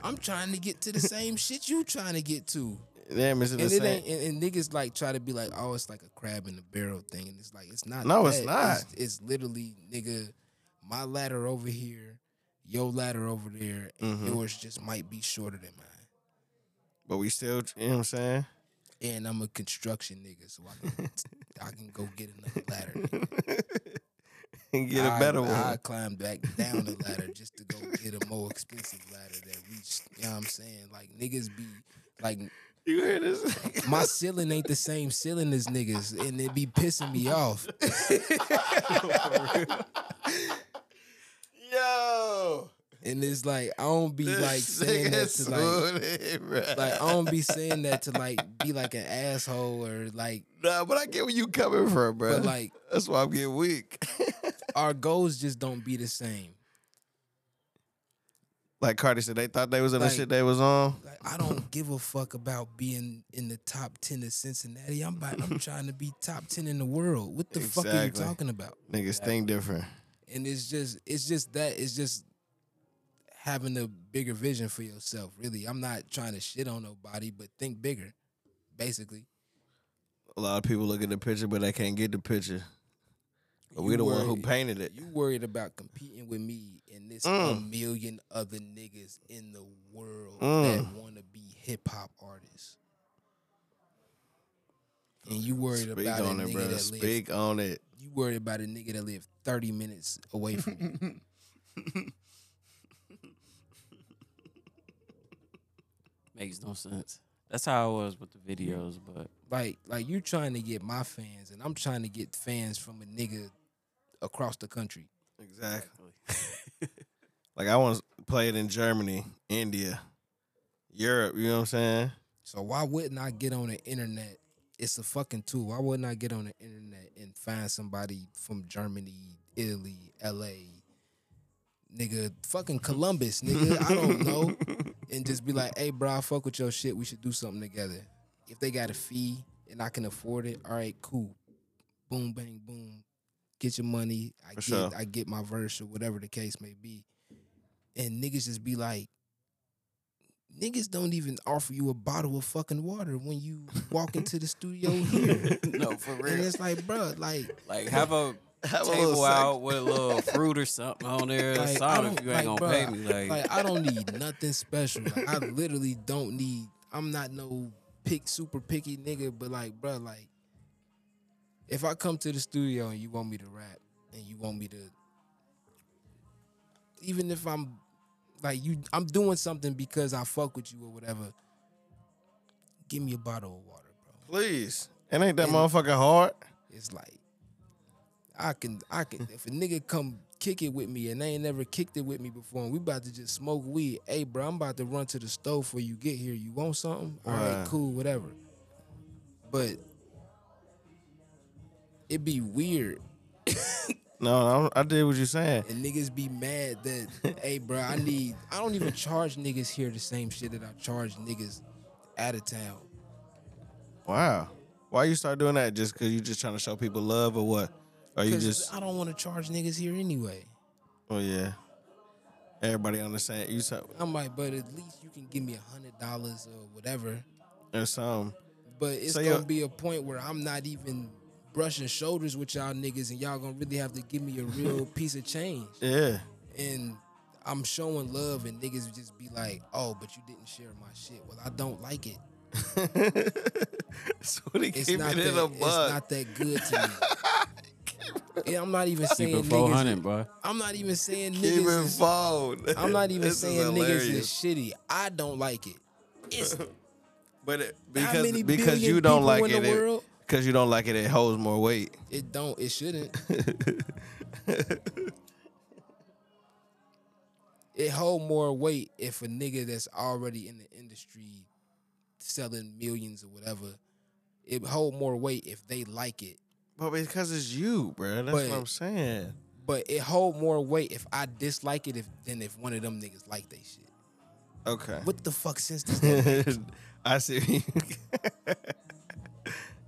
Speaker 4: I'm trying to get to the same shit you trying to get to.
Speaker 2: Damn, it's the
Speaker 4: And it
Speaker 2: same.
Speaker 4: ain't and, and niggas like try to be like, oh, it's like a crab in a barrel thing, and it's like it's not.
Speaker 2: No, it's
Speaker 4: that.
Speaker 2: not.
Speaker 4: It's, it's literally nigga, my ladder over here, your ladder over there, and
Speaker 2: Mhm.
Speaker 4: yours just might be shorter than mine.
Speaker 2: But we still, you know what I'm saying?
Speaker 4: And I'm a construction nigga, so I can I can go get another ladder. nigga.
Speaker 2: And get a better
Speaker 4: I,
Speaker 2: one.
Speaker 4: I climbed back down the ladder just to go get a more expensive ladder that reached. You know what I'm saying? Like niggas be like
Speaker 2: you hear this?
Speaker 4: my ceiling ain't the same ceiling as niggas, and it be pissing me off.
Speaker 2: Yo,
Speaker 4: And it's like I don't be
Speaker 2: this
Speaker 4: like saying that
Speaker 2: nigga's
Speaker 4: to like
Speaker 2: like,
Speaker 4: like I don't be saying that to like be like an asshole or like
Speaker 2: nah, but I get where you coming from, bro.
Speaker 4: but like
Speaker 2: that's why I'm getting weak.
Speaker 4: our goals just don't be the same.
Speaker 2: like Cardi said, they thought they was in
Speaker 4: Like-
Speaker 2: the shit they was on.
Speaker 4: Like I don't give a fuck about being in the top ten of Cincinnati. I'm about, I'm trying to be top ten in the world. What the fuck are you
Speaker 2: Exactly.
Speaker 4: talking about?
Speaker 2: Niggas think different.
Speaker 4: And it's just it's just that it's just having a bigger vision for yourself. Really, I'm not trying to shit on nobody, but think bigger. Basically,
Speaker 2: A lot of people look at the picture, but they can't get the picture. But we
Speaker 4: You
Speaker 2: the one who
Speaker 4: worried-
Speaker 2: painted it.
Speaker 4: You worried about competing with me and this a
Speaker 2: Mm.
Speaker 4: million other niggas in the world
Speaker 2: Mm.
Speaker 4: that want to be hip hop artists. And you worried
Speaker 2: Speak
Speaker 4: about
Speaker 2: on
Speaker 4: a
Speaker 2: it,
Speaker 4: nigga
Speaker 2: bro.
Speaker 4: that live,
Speaker 2: Speak on it.
Speaker 4: you worried about a nigga that lived 30 minutes away from you.
Speaker 1: Makes no sense. That's how I was with the videos, but
Speaker 4: Like like you trying to get my fans and I'm trying to get fans from a nigga across the country.
Speaker 2: Exactly. like I want to play it in Germany, India, Europe. You know what I'm saying?
Speaker 4: So why wouldn't I get on the internet? It's a fucking tool. Why wouldn't I get on the internet and find somebody from Germany, Italy, LA, nigga, fucking Columbus, nigga? I don't know. And just be like, hey, bro, I fuck with your shit. We should do something together. If they got a fee and I can afford it, all right, cool. Boom, bang, boom. Get your money. I
Speaker 2: For
Speaker 4: get
Speaker 2: sure.
Speaker 4: I get my verse or whatever the case may be. And niggas just be like, niggas don't even offer you a bottle of fucking water when you walk into the studio here.
Speaker 1: no, for
Speaker 4: And
Speaker 1: real.
Speaker 4: it's like, bro, like,
Speaker 1: Like have a
Speaker 2: Have a little
Speaker 1: table
Speaker 2: sec-
Speaker 1: out with a little fruit or something on there. Like,
Speaker 4: Like, I
Speaker 1: if
Speaker 4: don't-
Speaker 1: you ain't
Speaker 4: like,
Speaker 1: gonna pay
Speaker 4: bruh,
Speaker 1: me. Like,
Speaker 4: like I don't need nothing special. Like, I literally don't need. I'm not no pick super picky nigga, but like, bro, like, if I come to the studio and you want me to rap and you want me to, even if I'm like you, I'm doing something because I fuck with you or whatever. Give me a bottle of water, bro.
Speaker 2: Please. It ain't that motherfucker hard.
Speaker 4: It's like I can I can if a nigga come kick it with me and they ain't never kicked it with me before and we about to just smoke weed. Hey bro, I'm about to run to the stove before you get here. You want something? All right,
Speaker 2: Right.
Speaker 4: cool, whatever. But it be weird
Speaker 2: No, no, I did what you saying.
Speaker 4: and niggas be mad that hey bro, I need I don't even charge niggas here the same shit that I charge niggas out of town.
Speaker 2: Wow. Why you start doing that? Just because you just trying to show people love or what? Or you
Speaker 4: 'Cause
Speaker 2: just?
Speaker 4: I don't want to charge niggas here anyway.
Speaker 2: Oh yeah. Everybody understand you said
Speaker 4: I'm like, but at least you can give me a hundred dollars or whatever.
Speaker 2: or something.
Speaker 4: But it's
Speaker 2: So you're-
Speaker 4: gonna be a point where I'm not even brushing shoulders with y'all niggas, and y'all gonna really have to give me a real piece of change.
Speaker 2: Yeah.
Speaker 4: And I'm showing love, and niggas just be like, "Oh, but you didn't share my shit." Well, I don't like it.
Speaker 2: so they
Speaker 4: It's
Speaker 2: keep
Speaker 4: not
Speaker 2: it in
Speaker 4: that.
Speaker 2: a
Speaker 4: It's
Speaker 2: bug.
Speaker 4: not that good to me. and I'm not even
Speaker 1: keep
Speaker 4: saying
Speaker 1: it
Speaker 4: niggas.
Speaker 1: 400, bro.
Speaker 4: I'm not even saying
Speaker 2: Keep
Speaker 4: niggas.
Speaker 2: it
Speaker 4: Is,
Speaker 2: fold.
Speaker 4: I'm not even
Speaker 2: This is
Speaker 4: saying niggas is
Speaker 2: hilarious.
Speaker 4: shitty. I don't like it. It's
Speaker 2: But it,
Speaker 4: How
Speaker 2: because
Speaker 4: many
Speaker 2: because
Speaker 4: billion
Speaker 2: you don't
Speaker 4: people
Speaker 2: like
Speaker 4: in the
Speaker 2: it, it
Speaker 4: world?
Speaker 2: because you don't like it, it holds more weight.
Speaker 4: It don't. It shouldn't. it hold more weight if a nigga that's already in the industry selling millions or whatever. It hold more weight if they like it.
Speaker 2: But because it's you, bro. That's
Speaker 4: But-
Speaker 2: what I'm saying.
Speaker 4: But it hold more weight if I dislike it if than if one of them niggas like they shit.
Speaker 2: Okay.
Speaker 4: What the fuck sense does that?
Speaker 2: I see. what you-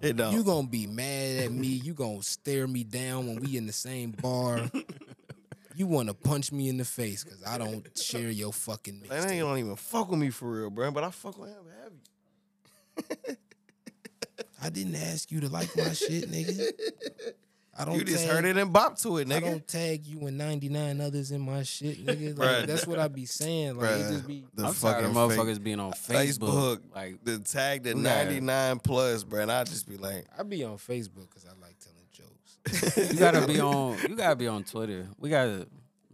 Speaker 2: it don't.
Speaker 4: You gonna be mad at me. You gonna stare me down when we in the same bar. You wanna punch me in the face because I don't share your fucking
Speaker 2: That nigga
Speaker 4: mixtape.
Speaker 2: don't even fuck with me for real, bro. But I fuck with him heavy.
Speaker 4: I didn't ask you to like my shit, nigga. I don't.
Speaker 2: You just
Speaker 4: tag,
Speaker 2: heard it and bop to it,
Speaker 4: I
Speaker 2: nigga.
Speaker 4: don't tag you and ninety nine others in my shit, nigga. Like,
Speaker 2: Bruh.
Speaker 4: that's what I be saying. Like it
Speaker 2: Bruh,
Speaker 4: just be.
Speaker 2: the
Speaker 1: I'm tired of
Speaker 2: fucking
Speaker 1: motherfuckers
Speaker 2: fake
Speaker 1: being on
Speaker 2: Facebook,
Speaker 1: Facebook. Like,
Speaker 2: the tag the
Speaker 1: gotta-
Speaker 2: 99 plus, bro. And I just be like,
Speaker 4: I be on Facebook because I like telling jokes.
Speaker 1: you gotta be on. You gotta be on Twitter. We gotta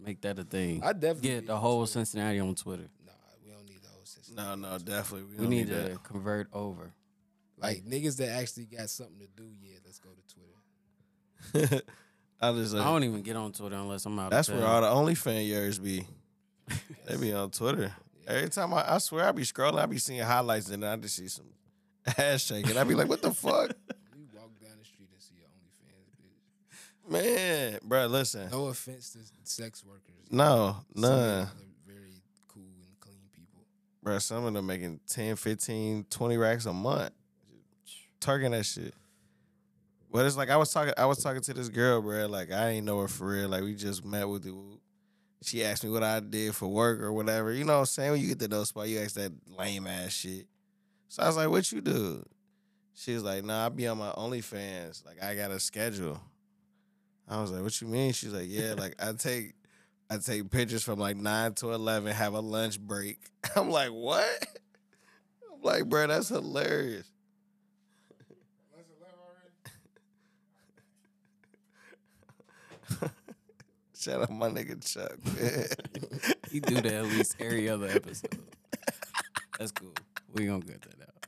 Speaker 1: make that a thing.
Speaker 4: I definitely be
Speaker 1: get the
Speaker 4: on
Speaker 1: whole Cincinnati on Twitter.
Speaker 4: Nah, we don't need the whole system.
Speaker 2: no, no, definitely. We,
Speaker 1: We
Speaker 2: don't
Speaker 1: need
Speaker 2: need,
Speaker 1: to
Speaker 2: that.
Speaker 1: convert over.
Speaker 4: Like niggas that actually got something to do. Yeah, let's go to Twitter.
Speaker 2: I just
Speaker 1: I
Speaker 2: like,
Speaker 1: don't even get on Twitter unless I'm out.
Speaker 2: that's
Speaker 1: of
Speaker 2: where all the OnlyFans years be. they be on Twitter. Every time I, I swear I be scrolling, I be seeing highlights and I just see some ass shaking. I be like, what the fuck?
Speaker 4: We walk down the street and see your OnlyFans bitch.
Speaker 2: Man, bro, listen.
Speaker 4: No offense to sex workers.
Speaker 2: No,
Speaker 4: Some of
Speaker 2: none.
Speaker 4: y'all are very cool and clean people.
Speaker 2: Bro, some of them making 10, 15, 20 racks a month. Turking that shit. But it's like I was talking I was talking to this girl, bro. Like I ain't know her for real. Like we just met with the She asked me what I did for work or whatever. You know what I'm saying? When you get to those spot, you ask that lame ass shit. So I was like, what you do? She was like, nah, I be on my OnlyFans. Like I got a schedule. I was like, what you mean? She's like, yeah, like I take I take pictures from like nine to eleven, have a lunch break. I'm like, what? I'm like, bro, that's hilarious. Shout out my nigga Chuck. man.
Speaker 1: He do that at least every other episode. That's cool. We gonna get that out.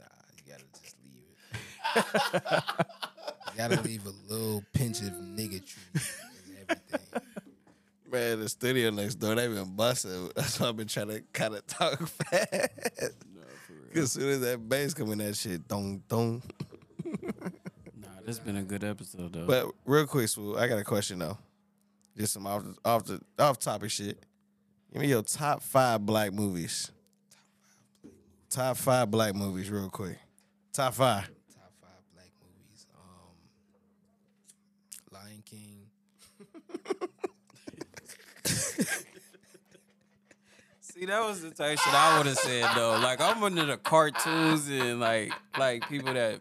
Speaker 4: Nah, you gotta just leave it. you gotta leave a little pinch of niggatry in everything.
Speaker 2: Man, the studio next door, they been busting. That's why I've been trying to kind of talk fast.
Speaker 1: No, for real.
Speaker 2: Cause as soon as that bass come in, that shit dong dong.
Speaker 1: Nah, this been a good episode though.
Speaker 2: But real quick, Swoop, I got a question though. Just some off off the off topic shit. Give me your top five black movies. Top five black movies, real quick. Top five.
Speaker 4: Top five black movies. Um, Lion King.
Speaker 1: See, that was the type of shit I would have said though. Like I'm into the cartoons and like like people that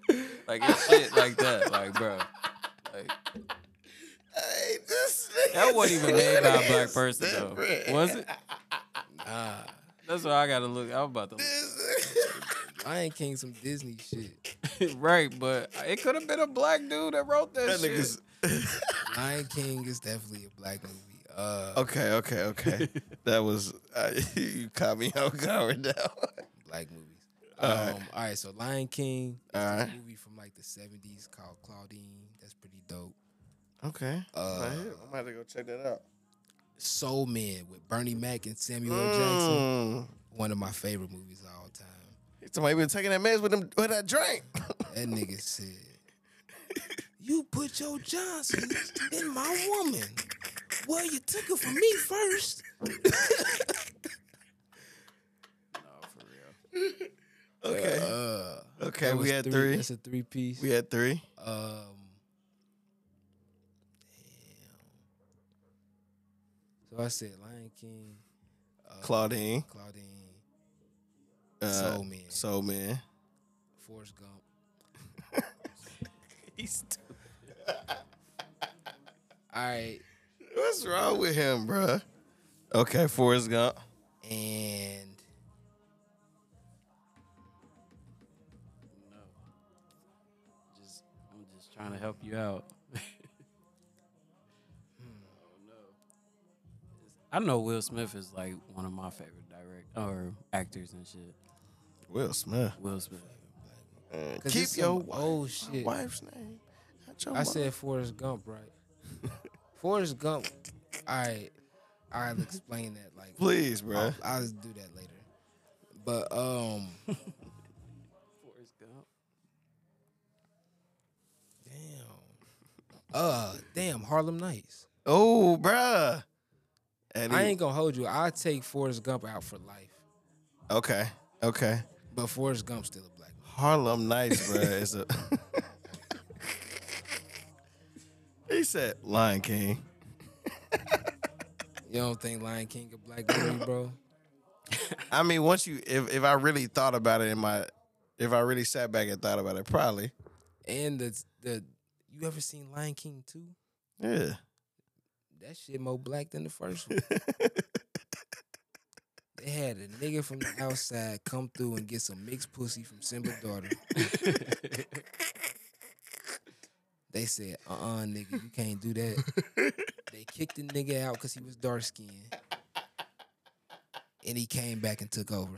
Speaker 1: like it's shit like that. Like, bro. Like
Speaker 2: Hey, this
Speaker 1: that wasn't even made by a black person though. Was it?
Speaker 4: Nah,
Speaker 1: That's what I gotta look. I'm about to
Speaker 4: Lion King. Some Disney shit.
Speaker 1: look. right, but it could have been a black dude that wrote that,
Speaker 2: That
Speaker 1: shit.
Speaker 2: nigga's
Speaker 4: Lion King is definitely a black movie. Uh,
Speaker 2: okay, okay, okay. that was uh, you caught me off guard now.
Speaker 4: black movies. Um,
Speaker 2: Alright.
Speaker 4: all right, so Lion King is a
Speaker 2: Alright.
Speaker 4: movie from like the '70s called Claudine. That's pretty dope.
Speaker 2: Okay,
Speaker 4: Uh,
Speaker 2: Right here. I'm about to go check that out.
Speaker 4: Soul Man with Bernie Mac and Samuel L. Jackson.
Speaker 2: Mm.
Speaker 4: One of my favorite movies of all time.
Speaker 2: Somebody been taking that meds with them with that drink.
Speaker 4: That nigga said, "You put your Johnson in my woman. Well, you took it from me first.
Speaker 2: okay,
Speaker 4: Uh,
Speaker 2: okay,
Speaker 4: that
Speaker 2: we
Speaker 4: was
Speaker 2: had
Speaker 4: three.
Speaker 2: three.
Speaker 4: That's a three piece.
Speaker 2: We had three.
Speaker 4: Um, damn. So I said Lion King, Uh,
Speaker 2: Claudine,
Speaker 4: Claudine,
Speaker 2: uh,
Speaker 4: Soul Man,
Speaker 2: Soul Man.
Speaker 4: Forrest Gump. All right,
Speaker 2: What's wrong with him, bruh? Okay, Forrest Gump.
Speaker 4: and
Speaker 1: Just- I'm just trying to help you out. Hmm. I know Will Smith is like one of my favorite direct or actors and shit.
Speaker 2: Will Smith.
Speaker 1: Will Smith.
Speaker 2: Man,
Speaker 4: Uh, 'cause
Speaker 2: Keep
Speaker 4: it's
Speaker 2: your
Speaker 4: some old Oh, shit.
Speaker 2: wife's name. out your
Speaker 4: I
Speaker 2: mouth.
Speaker 4: said Forrest Gump, right? Forrest Gump. All right, I'll explain that. Like,
Speaker 2: please, bruh.
Speaker 4: I'll, I'll do that later. But um,
Speaker 1: Forrest Gump.
Speaker 4: damn. Uh, damn, Harlem Nights.
Speaker 2: Oh, bruh. And
Speaker 4: I
Speaker 2: he-
Speaker 4: ain't gonna hold you. I'll take Forrest Gump out for life.
Speaker 2: okay, okay.
Speaker 4: But Forrest Gump's still a black man.
Speaker 2: Harlem Nights, bruh, is a. he said Lion King.
Speaker 4: You don't think Lion King a black movie, bro?
Speaker 2: I mean, once you, if, if I really thought about it in my, if I really sat back and thought about it, probably,
Speaker 4: And the the you ever seen Lion King two?
Speaker 2: yeah.
Speaker 4: That shit more black than the first one. They had a nigga from the outside come through and get some mixed pussy from Simba's daughter. They said, uh uh nigga, you can't do that. they kicked the nigga out because he was dark skinned. And he came back and took over.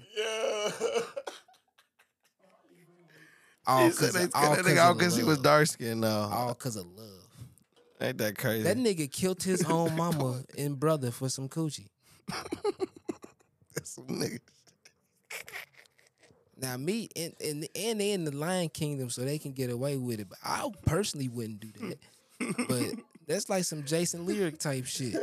Speaker 4: All
Speaker 2: He said
Speaker 4: because
Speaker 2: they
Speaker 4: of,
Speaker 2: took
Speaker 4: all
Speaker 2: that nigga out because he was
Speaker 4: dark.
Speaker 2: dark skinned. No,
Speaker 4: All because of love.
Speaker 2: ain't that crazy?
Speaker 4: That nigga killed his own mama and brother for some coochie.
Speaker 2: That's some nigga.
Speaker 4: Now me and and and they in the Lion Kingdom, so they can get away with it. But I personally wouldn't do that. but that's like some Jason Lyric type shit.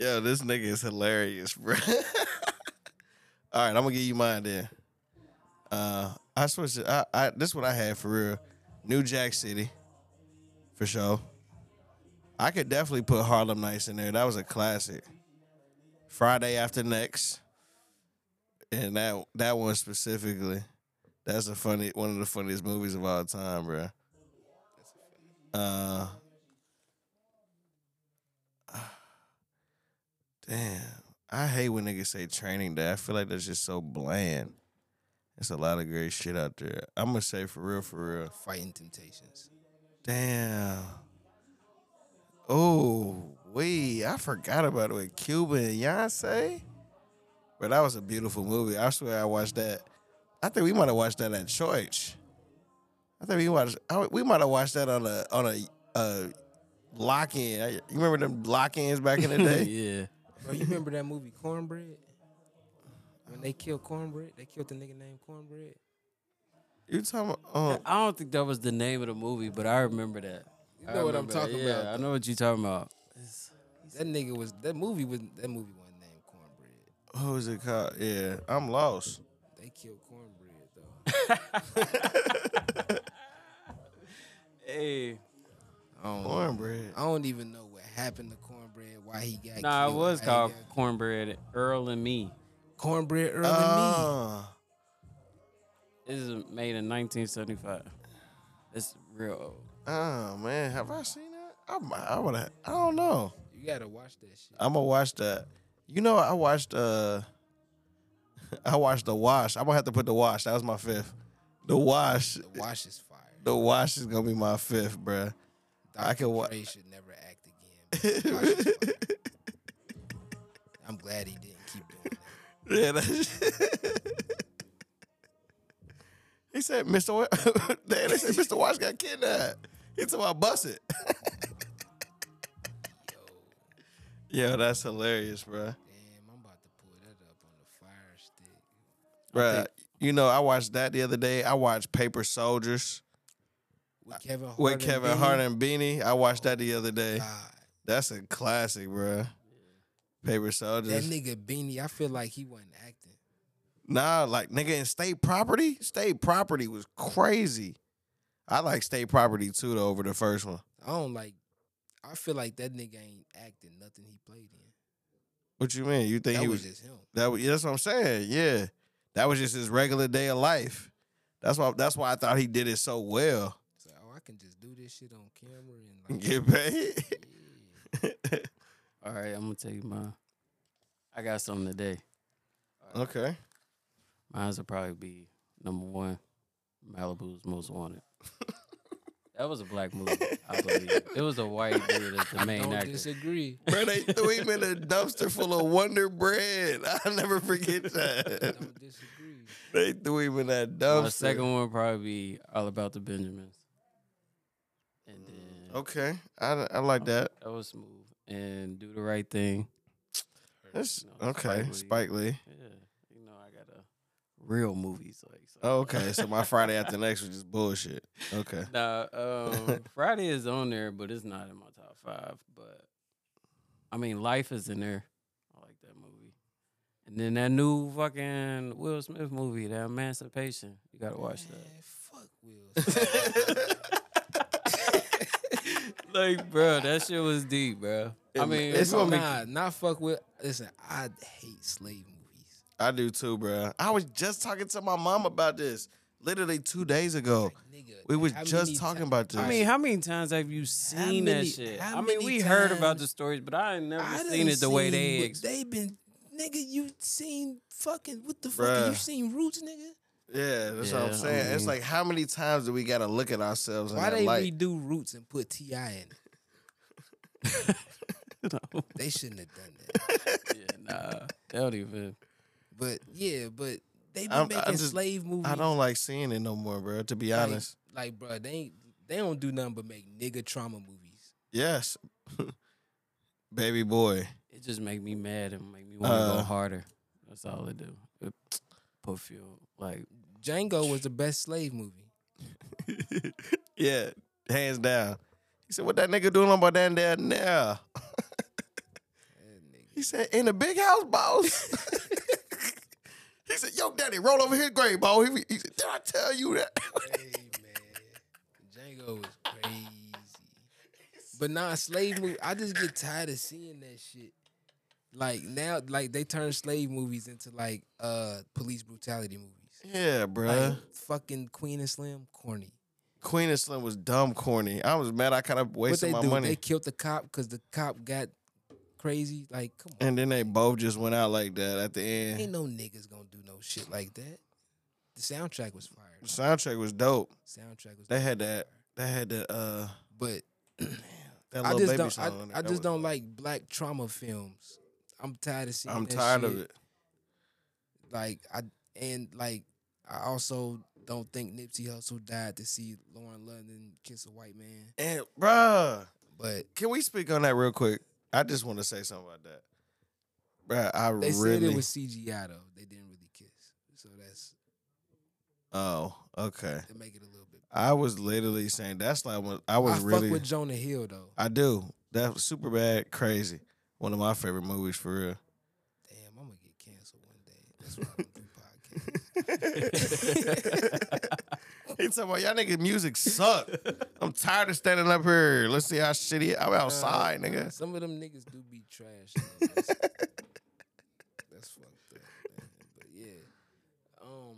Speaker 2: Yo, this nigga is hilarious, bro. All right, I'm gonna give you mine then. Uh, I switched. It. I, I this what I had for real. New Jack City, for sure. I could definitely put Harlem Nights in there. That was a classic. Friday after next, and that that one specifically. That's a funny one of the funniest movies of all time, bro. Uh, damn, I hate when niggas say Training Day. I feel like that's just so bland. It's a lot of great shit out there. I'm gonna say for real, for real.
Speaker 4: Fighting Temptations.
Speaker 2: Damn. Oh, we I forgot about it with Cuba and Beyonce. But that was a beautiful movie. I swear I watched that. I think we might have watched that at church. I think we watched. I- We might have watched that on a on a, uh lock in. You remember them lock ins back in the day?
Speaker 1: yeah.
Speaker 4: Bro, you remember that movie Cornbread? When they killed Cornbread, they killed the nigga named Cornbread.
Speaker 2: You talking? About, um,
Speaker 1: I don't think that was the name of the movie, but I remember that.
Speaker 4: You
Speaker 1: I
Speaker 4: know what I'm
Speaker 1: remember that.
Speaker 4: talking
Speaker 1: yeah,
Speaker 4: about.
Speaker 1: I know what you're talking about.
Speaker 4: That nigga was that movie was that movie wasn't named Cornbread.
Speaker 2: who is it called? Yeah, I'm lost.
Speaker 4: They killed Cornbread though.
Speaker 1: Hey,
Speaker 4: I don't,
Speaker 2: Cornbread.
Speaker 4: I don't even know what happened to Cornbread. Why he got
Speaker 1: nah, it
Speaker 4: killed,
Speaker 1: was
Speaker 4: how he
Speaker 1: called
Speaker 4: got-
Speaker 1: Cornbread Earl and Me.
Speaker 4: Cornbread Earl and Me.
Speaker 2: Uh,
Speaker 1: This is made in 1975. It's real old.
Speaker 2: oh man, have I seen that? I might- I would. I don't know.
Speaker 4: You gotta watch that shit.
Speaker 2: I'm gonna watch that. You know, I watched. uh I watched The Wash. I'm gonna have to put The Wash. That was my fifth. The Wash.
Speaker 4: The Wash is fire.
Speaker 2: The Wash is gonna be my fifth, bruh.
Speaker 4: Dr.
Speaker 2: I can wa-
Speaker 4: Dre should never act again. but The Wash is fire. I'm glad he didn't keep doing that.
Speaker 2: Yeah. That he said, Mr. Wa- Damn, they said Mr. Wash got kidnapped. He told I bust it. Yo, that's hilarious, bruh.
Speaker 4: Damn, I'm about to pull that up on the fire stick.
Speaker 2: Bruh, you know, I watched that the other day. I watched Paper Soldiers
Speaker 4: With Kevin Hart.
Speaker 2: Uh, with Kevin
Speaker 4: and
Speaker 2: Hart
Speaker 4: Benny?
Speaker 2: and Beanie. I watched that the other day.
Speaker 4: God,
Speaker 2: That's a classic, bruh. Paper
Speaker 4: that
Speaker 2: Soldiers.
Speaker 4: nigga Beanie, I feel like he wasn't acting.
Speaker 2: Nah, like nigga in state property, state property was crazy. I like state property too though over the first one.
Speaker 4: I don't like. I feel like that nigga ain't acting nothing he played in.
Speaker 2: What you mean? You think
Speaker 4: That
Speaker 2: he
Speaker 4: was
Speaker 2: was,
Speaker 4: just him.
Speaker 2: that was that's what I'm saying. Yeah. That was just his regular day of life. That's why that's why I thought he did it so well.
Speaker 4: It's like, oh, I can just do this shit on camera and like.
Speaker 2: Get paid.
Speaker 1: All right, I'm gonna take mine. I got something today.
Speaker 2: okay.
Speaker 1: Mine's will probably be number one, Malibu's Most Wanted. that was a black movie, I believe. It was a white dude as the main
Speaker 4: Don't
Speaker 1: actor.
Speaker 4: disagree.
Speaker 2: Bro, they threw him in a dumpster full of Wonder Bread. I'll never forget that.
Speaker 4: Don't disagree.
Speaker 2: they threw him in that dumpster.
Speaker 1: My second one would probably be All About the Benjamins. And then
Speaker 2: Mm, Okay. I, I like that.
Speaker 1: that was smooth. And Do the Right Thing.
Speaker 2: That's
Speaker 1: You know,
Speaker 2: okay. Spike Lee.
Speaker 1: Yeah, you know I got a real movies like. So.
Speaker 2: Oh, okay. So my Friday after next was just bullshit. Okay.
Speaker 1: Nah, um, Friday is on there, but it's not in my top five. But I mean, Life is in there. I like that movie. And then that new fucking Will Smith movie, that Emancipation. You gotta watch that.
Speaker 4: Man, fuck Will. Smith.
Speaker 1: Like, bro, that shit was deep, bro. I
Speaker 2: It-
Speaker 1: mean,
Speaker 2: it's gonna be-
Speaker 4: nah, not fuck with. Listen, I hate slave movies.
Speaker 2: I do too, bruh. I was just talking to my mom about this literally two days ago.
Speaker 4: Nigga,
Speaker 2: We was
Speaker 4: how
Speaker 2: just
Speaker 4: many
Speaker 2: talking
Speaker 4: ti-
Speaker 2: about this.
Speaker 1: I mean, how many times have you seen that
Speaker 4: many-
Speaker 1: shit?
Speaker 4: how
Speaker 1: I mean,
Speaker 4: many
Speaker 1: we heard about
Speaker 4: times-
Speaker 1: the stories, but I ain't never
Speaker 4: I done
Speaker 1: seen it the way they.
Speaker 4: what
Speaker 1: ex-
Speaker 4: they been nigga. You seen fucking what the
Speaker 2: Bruh.
Speaker 4: fuck? You seen Roots, nigga?
Speaker 2: yeah, that's what I'm
Speaker 1: Yeah, I
Speaker 2: saying. it's
Speaker 1: mean-
Speaker 2: like how many times do we gotta look at ourselves in
Speaker 4: Why
Speaker 2: that
Speaker 4: they
Speaker 2: light?
Speaker 4: redo Roots and put Ti in it? They shouldn't have done that.
Speaker 1: yeah, nah, they don't even.
Speaker 4: But yeah, but they been
Speaker 2: I'm- I'm
Speaker 4: making
Speaker 2: just-
Speaker 4: slave movies.
Speaker 2: I don't like seeing it no more, bruh. To be
Speaker 4: like,
Speaker 2: honest,
Speaker 4: Like, bro, they ain't, they don't do nothing but make nigga trauma movies.
Speaker 2: yes, baby boy.
Speaker 1: It just make me mad and make me want to
Speaker 2: Uh,
Speaker 1: go harder. That's all it do. It put fuel like
Speaker 4: Django was the best slave movie.
Speaker 2: yeah, hands down. He said, "What that nigga doing on my damn there now?"
Speaker 4: That nigga.
Speaker 2: He said, "In the big house, boss." He said, "Yo, daddy, roll over here, great ball." He, he said, "Did I tell you that?"
Speaker 4: Hey man, Django was crazy. But nah, slave movie. I just get tired of seeing that shit. Like now, like they turn slave movies into like uh police brutality movies.
Speaker 2: yeah, bruh.
Speaker 4: Like, fucking Queen and Slim, corny.
Speaker 2: Queen and Slim was dumb corny. I was mad. I kind of
Speaker 4: What
Speaker 2: wasted
Speaker 4: they
Speaker 2: my
Speaker 4: do?
Speaker 2: money.
Speaker 4: They killed the cop because the cop got crazy. Like, come on,
Speaker 2: and then they both just went out like that at the
Speaker 4: ain't
Speaker 2: end.
Speaker 4: no niggas gonna do no shit like that. The soundtrack was fire.
Speaker 2: The soundtrack was dope.
Speaker 4: soundtrack was.
Speaker 2: They had that. They had the uh
Speaker 4: but
Speaker 2: that
Speaker 4: I
Speaker 2: little
Speaker 4: just
Speaker 2: baby
Speaker 4: don't.
Speaker 2: song.
Speaker 4: I,
Speaker 2: on there. That
Speaker 4: I just
Speaker 2: was
Speaker 4: don't
Speaker 2: dope.
Speaker 4: like black trauma films. I'm tired of seeing.
Speaker 2: I'm
Speaker 4: that
Speaker 2: tired of
Speaker 4: shit.
Speaker 2: it.
Speaker 4: Like I and like I also don't think Nipsey Hussle died to see Lauren London kiss a white man.
Speaker 2: And bruh,
Speaker 4: But
Speaker 2: can we speak on that real quick? I just want to say something about that. Bruh, I
Speaker 4: they said
Speaker 2: really
Speaker 4: it was CGI though. They didn't really kiss. So that's
Speaker 2: Oh, okay.
Speaker 4: to make it a little bit.
Speaker 2: I was literally saying that's like when I was
Speaker 4: I
Speaker 2: really
Speaker 4: fuck with Jonah Hill though.
Speaker 2: I do. That was super bad, crazy. One of my favorite movies for real.
Speaker 4: Damn, I'm gonna get canceled one day. That's why I don't do podcasts.
Speaker 2: He talking about y'all niggas music suck. I'm tired of standing up here. Let's see how shitty I'm outside,
Speaker 4: Nah,
Speaker 2: nigga.
Speaker 4: Some of them niggas do be trash. though. That's, that's fucked up, man. But yeah, um,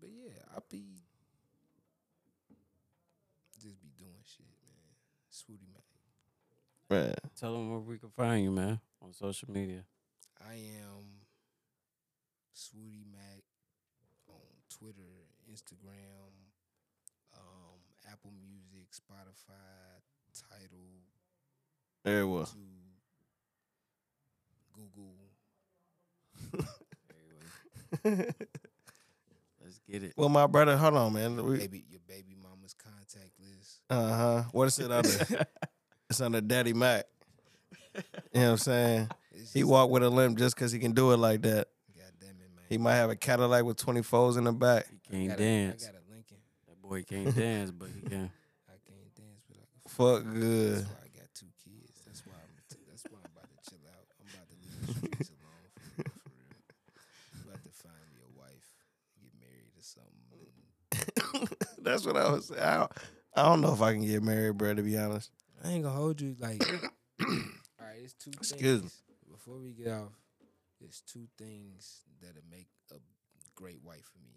Speaker 4: but yeah, I be just be doing shit, man. Swooty man,
Speaker 2: Man.
Speaker 1: Tell them where we can find you, man, on social media.
Speaker 4: I am Swooty Mac on Twitter, Instagram, um, Apple Music, Spotify, Title,
Speaker 2: There it was.
Speaker 4: to Google.
Speaker 1: Let's get it.
Speaker 2: Well, my brother, hold on, man. We,
Speaker 4: baby, your baby mama's contact list.
Speaker 2: uh huh. What is it under? it's under Daddy Mac. You know what I'm saying?
Speaker 4: It's
Speaker 2: He
Speaker 4: just-
Speaker 2: walked with a limp just because he can do it like that.
Speaker 4: God damn it, man.
Speaker 2: He might have a Cadillac with 24s in the back.
Speaker 1: He
Speaker 4: I
Speaker 1: can't
Speaker 4: got a-
Speaker 1: dance.
Speaker 4: I got a Lincoln.
Speaker 1: That boy can't dance, but he can.
Speaker 4: I can't dance, but I can. fuck.
Speaker 2: Fuck good.
Speaker 4: That's why I got two kids. That's why I'm. T- that's why I'm about to chill out. I'm about to leave the streets alone for real. For real. I'm about to find me a wife, get married or something. and-
Speaker 2: That's what I was saying. I don't, I don't know if I can get married, bro, to be honest.
Speaker 4: I ain't gonna hold you like. all right, it's two
Speaker 2: Excuse me.
Speaker 4: things. Before we get off, it's two things that'll make a great wife for me.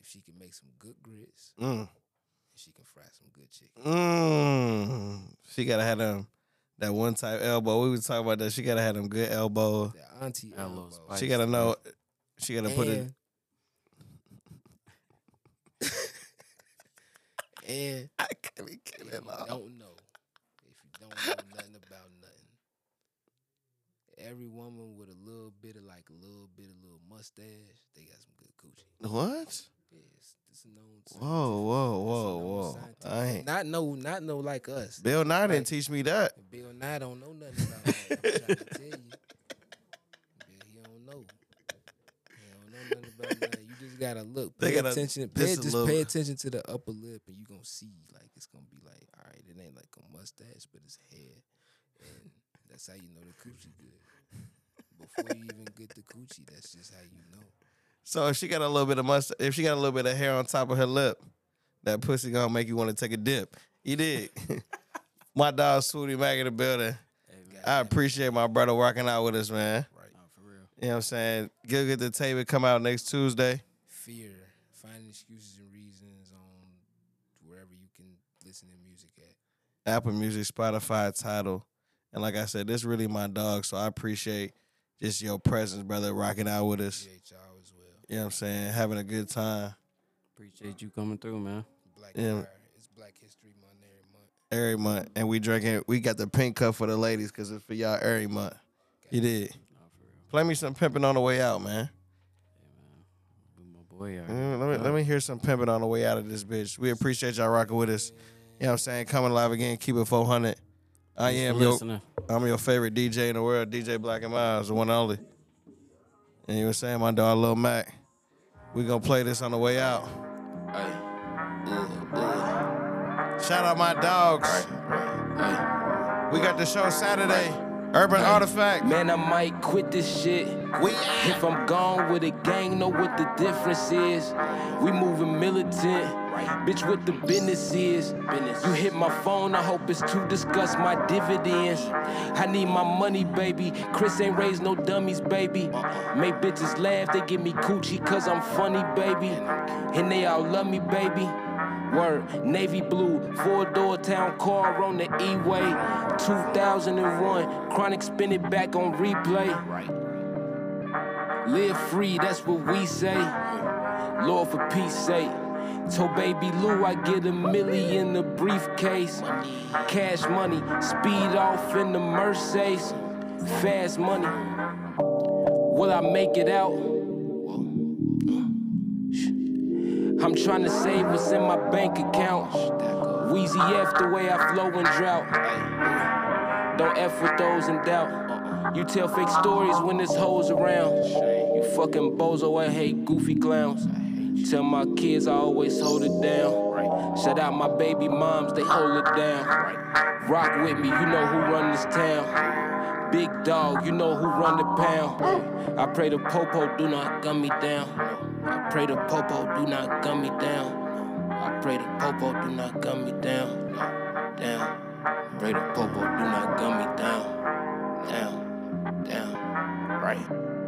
Speaker 4: If she can make some good grits,
Speaker 2: Mm.
Speaker 4: and she can fry some good chicken.
Speaker 2: Mm. She gotta have them that one type elbow. We was talking about that. She gotta have them good elbow.
Speaker 4: The auntie
Speaker 1: That little
Speaker 4: elbow.
Speaker 1: spice.
Speaker 2: She gotta know. She gotta put it.
Speaker 4: and, and
Speaker 2: I can't be
Speaker 4: if
Speaker 2: kidding.
Speaker 4: you
Speaker 2: dog.
Speaker 4: don't know, if you don't know nothing about nothing, every woman with a little bit of like a little bit of little mustache, they got some good coochie.
Speaker 2: What?
Speaker 4: Yes, this is known.
Speaker 2: Whoa,
Speaker 4: scientific-
Speaker 2: whoa,
Speaker 4: that's
Speaker 2: whoa,
Speaker 4: a known
Speaker 2: whoa!
Speaker 4: scientific-
Speaker 2: I ain't.
Speaker 4: not no, not no like us.
Speaker 2: Bill Nye didn't
Speaker 4: Right.
Speaker 2: teach me that.
Speaker 4: Bill Nye don't know nothing about that. I'm trying to tell you. Bill, he don't know. He don't know nothing about nothing. You just gotta look.
Speaker 2: They
Speaker 4: Pay
Speaker 2: gotta
Speaker 4: attention. Pay,
Speaker 2: diss a
Speaker 4: just
Speaker 2: little
Speaker 4: pay
Speaker 2: bit.
Speaker 4: attention to the upper lip, and you gonna see. Like it's gonna be like, all right, it ain't like a mustache, but it's hair, and that's how you know the coochie good. Before you even get the coochie, that's just how you know.
Speaker 2: So if she got a little bit of mustache, if she got a little bit of hair on top of her lip, that pussy gonna make you want to take a dip. You did. my dog Swooty Mac in the building.
Speaker 1: Hey, man.
Speaker 2: I appreciate my brother rocking out with us, man.
Speaker 1: Nah, for real.
Speaker 2: You know what I'm saying? Good get the tape. It come out next Tuesday.
Speaker 4: Fear, finding excuses and reasons on wherever you can listen to music at.
Speaker 2: Apple Music, Spotify, title. And like I said, this really my dog, so I appreciate just your presence, brother, rocking out with us.
Speaker 4: Appreciate y'all as well.
Speaker 2: You know what I'm saying? Having a good time
Speaker 1: Appreciate you coming through, man.
Speaker 4: Black
Speaker 2: Yeah.
Speaker 4: Fire. It's Black History Month every month.
Speaker 2: every month. And we drinking, we got the pink cup for the ladies because it's for y'all every month. You
Speaker 1: Nah,
Speaker 2: did.
Speaker 1: for real.
Speaker 2: Play me some pimping on the way out, man.
Speaker 1: Hey, man. With my boy. already.
Speaker 2: Mm, Let me, let me hear some pimping on the way out of this bitch. We appreciate y'all rocking with us. You know what I'm saying? Coming live again, keep it 400. I
Speaker 1: Thanks
Speaker 2: am
Speaker 1: for
Speaker 2: your,
Speaker 1: listening.
Speaker 2: I'm your favorite DJ in the world, DJ Black and Miles, the one and only. And you were saying my dog Lil Mac. We gonna play this on the way out. Shout out my dogs. We got the show Saturday. Urban Artifact.
Speaker 3: Man, I might quit this shit.
Speaker 2: We
Speaker 3: If I'm gone with a gang, know what the difference is. We moving militant. Bitch, what the business is. You hit my phone, I hope it's to discuss my dividends. I need my money, baby. Chris ain't raised no dummies, baby. Make bitches laugh, they give me coochie, cause I'm funny, baby. And they all love me, baby. Word, navy blue, four door town car on the E way. 2001, chronic spin it back on replay. Live free, that's what we say. Lord, for peace sake. Told baby Lou I get a million in the briefcase. Cash money, speed off in the Mercedes. Fast money, will I make it out? I'm trying to save what's in my bank account. Wheezy F the way I flow in drought. Don't F with those in doubt. You tell fake stories when there's hoes around. You fucking bozo, I hate goofy clowns. Tell my kids I always hold it down. Shout out my baby moms, they hold it down. Rock with me, you know who run this town. Big dog, you know who run the pound. I pray the popo do not gun me down. I pray the popo do not gun me down. I pray the popo do not gun me down. Down. Pray the popo do not gun me down. Down. Down. Right.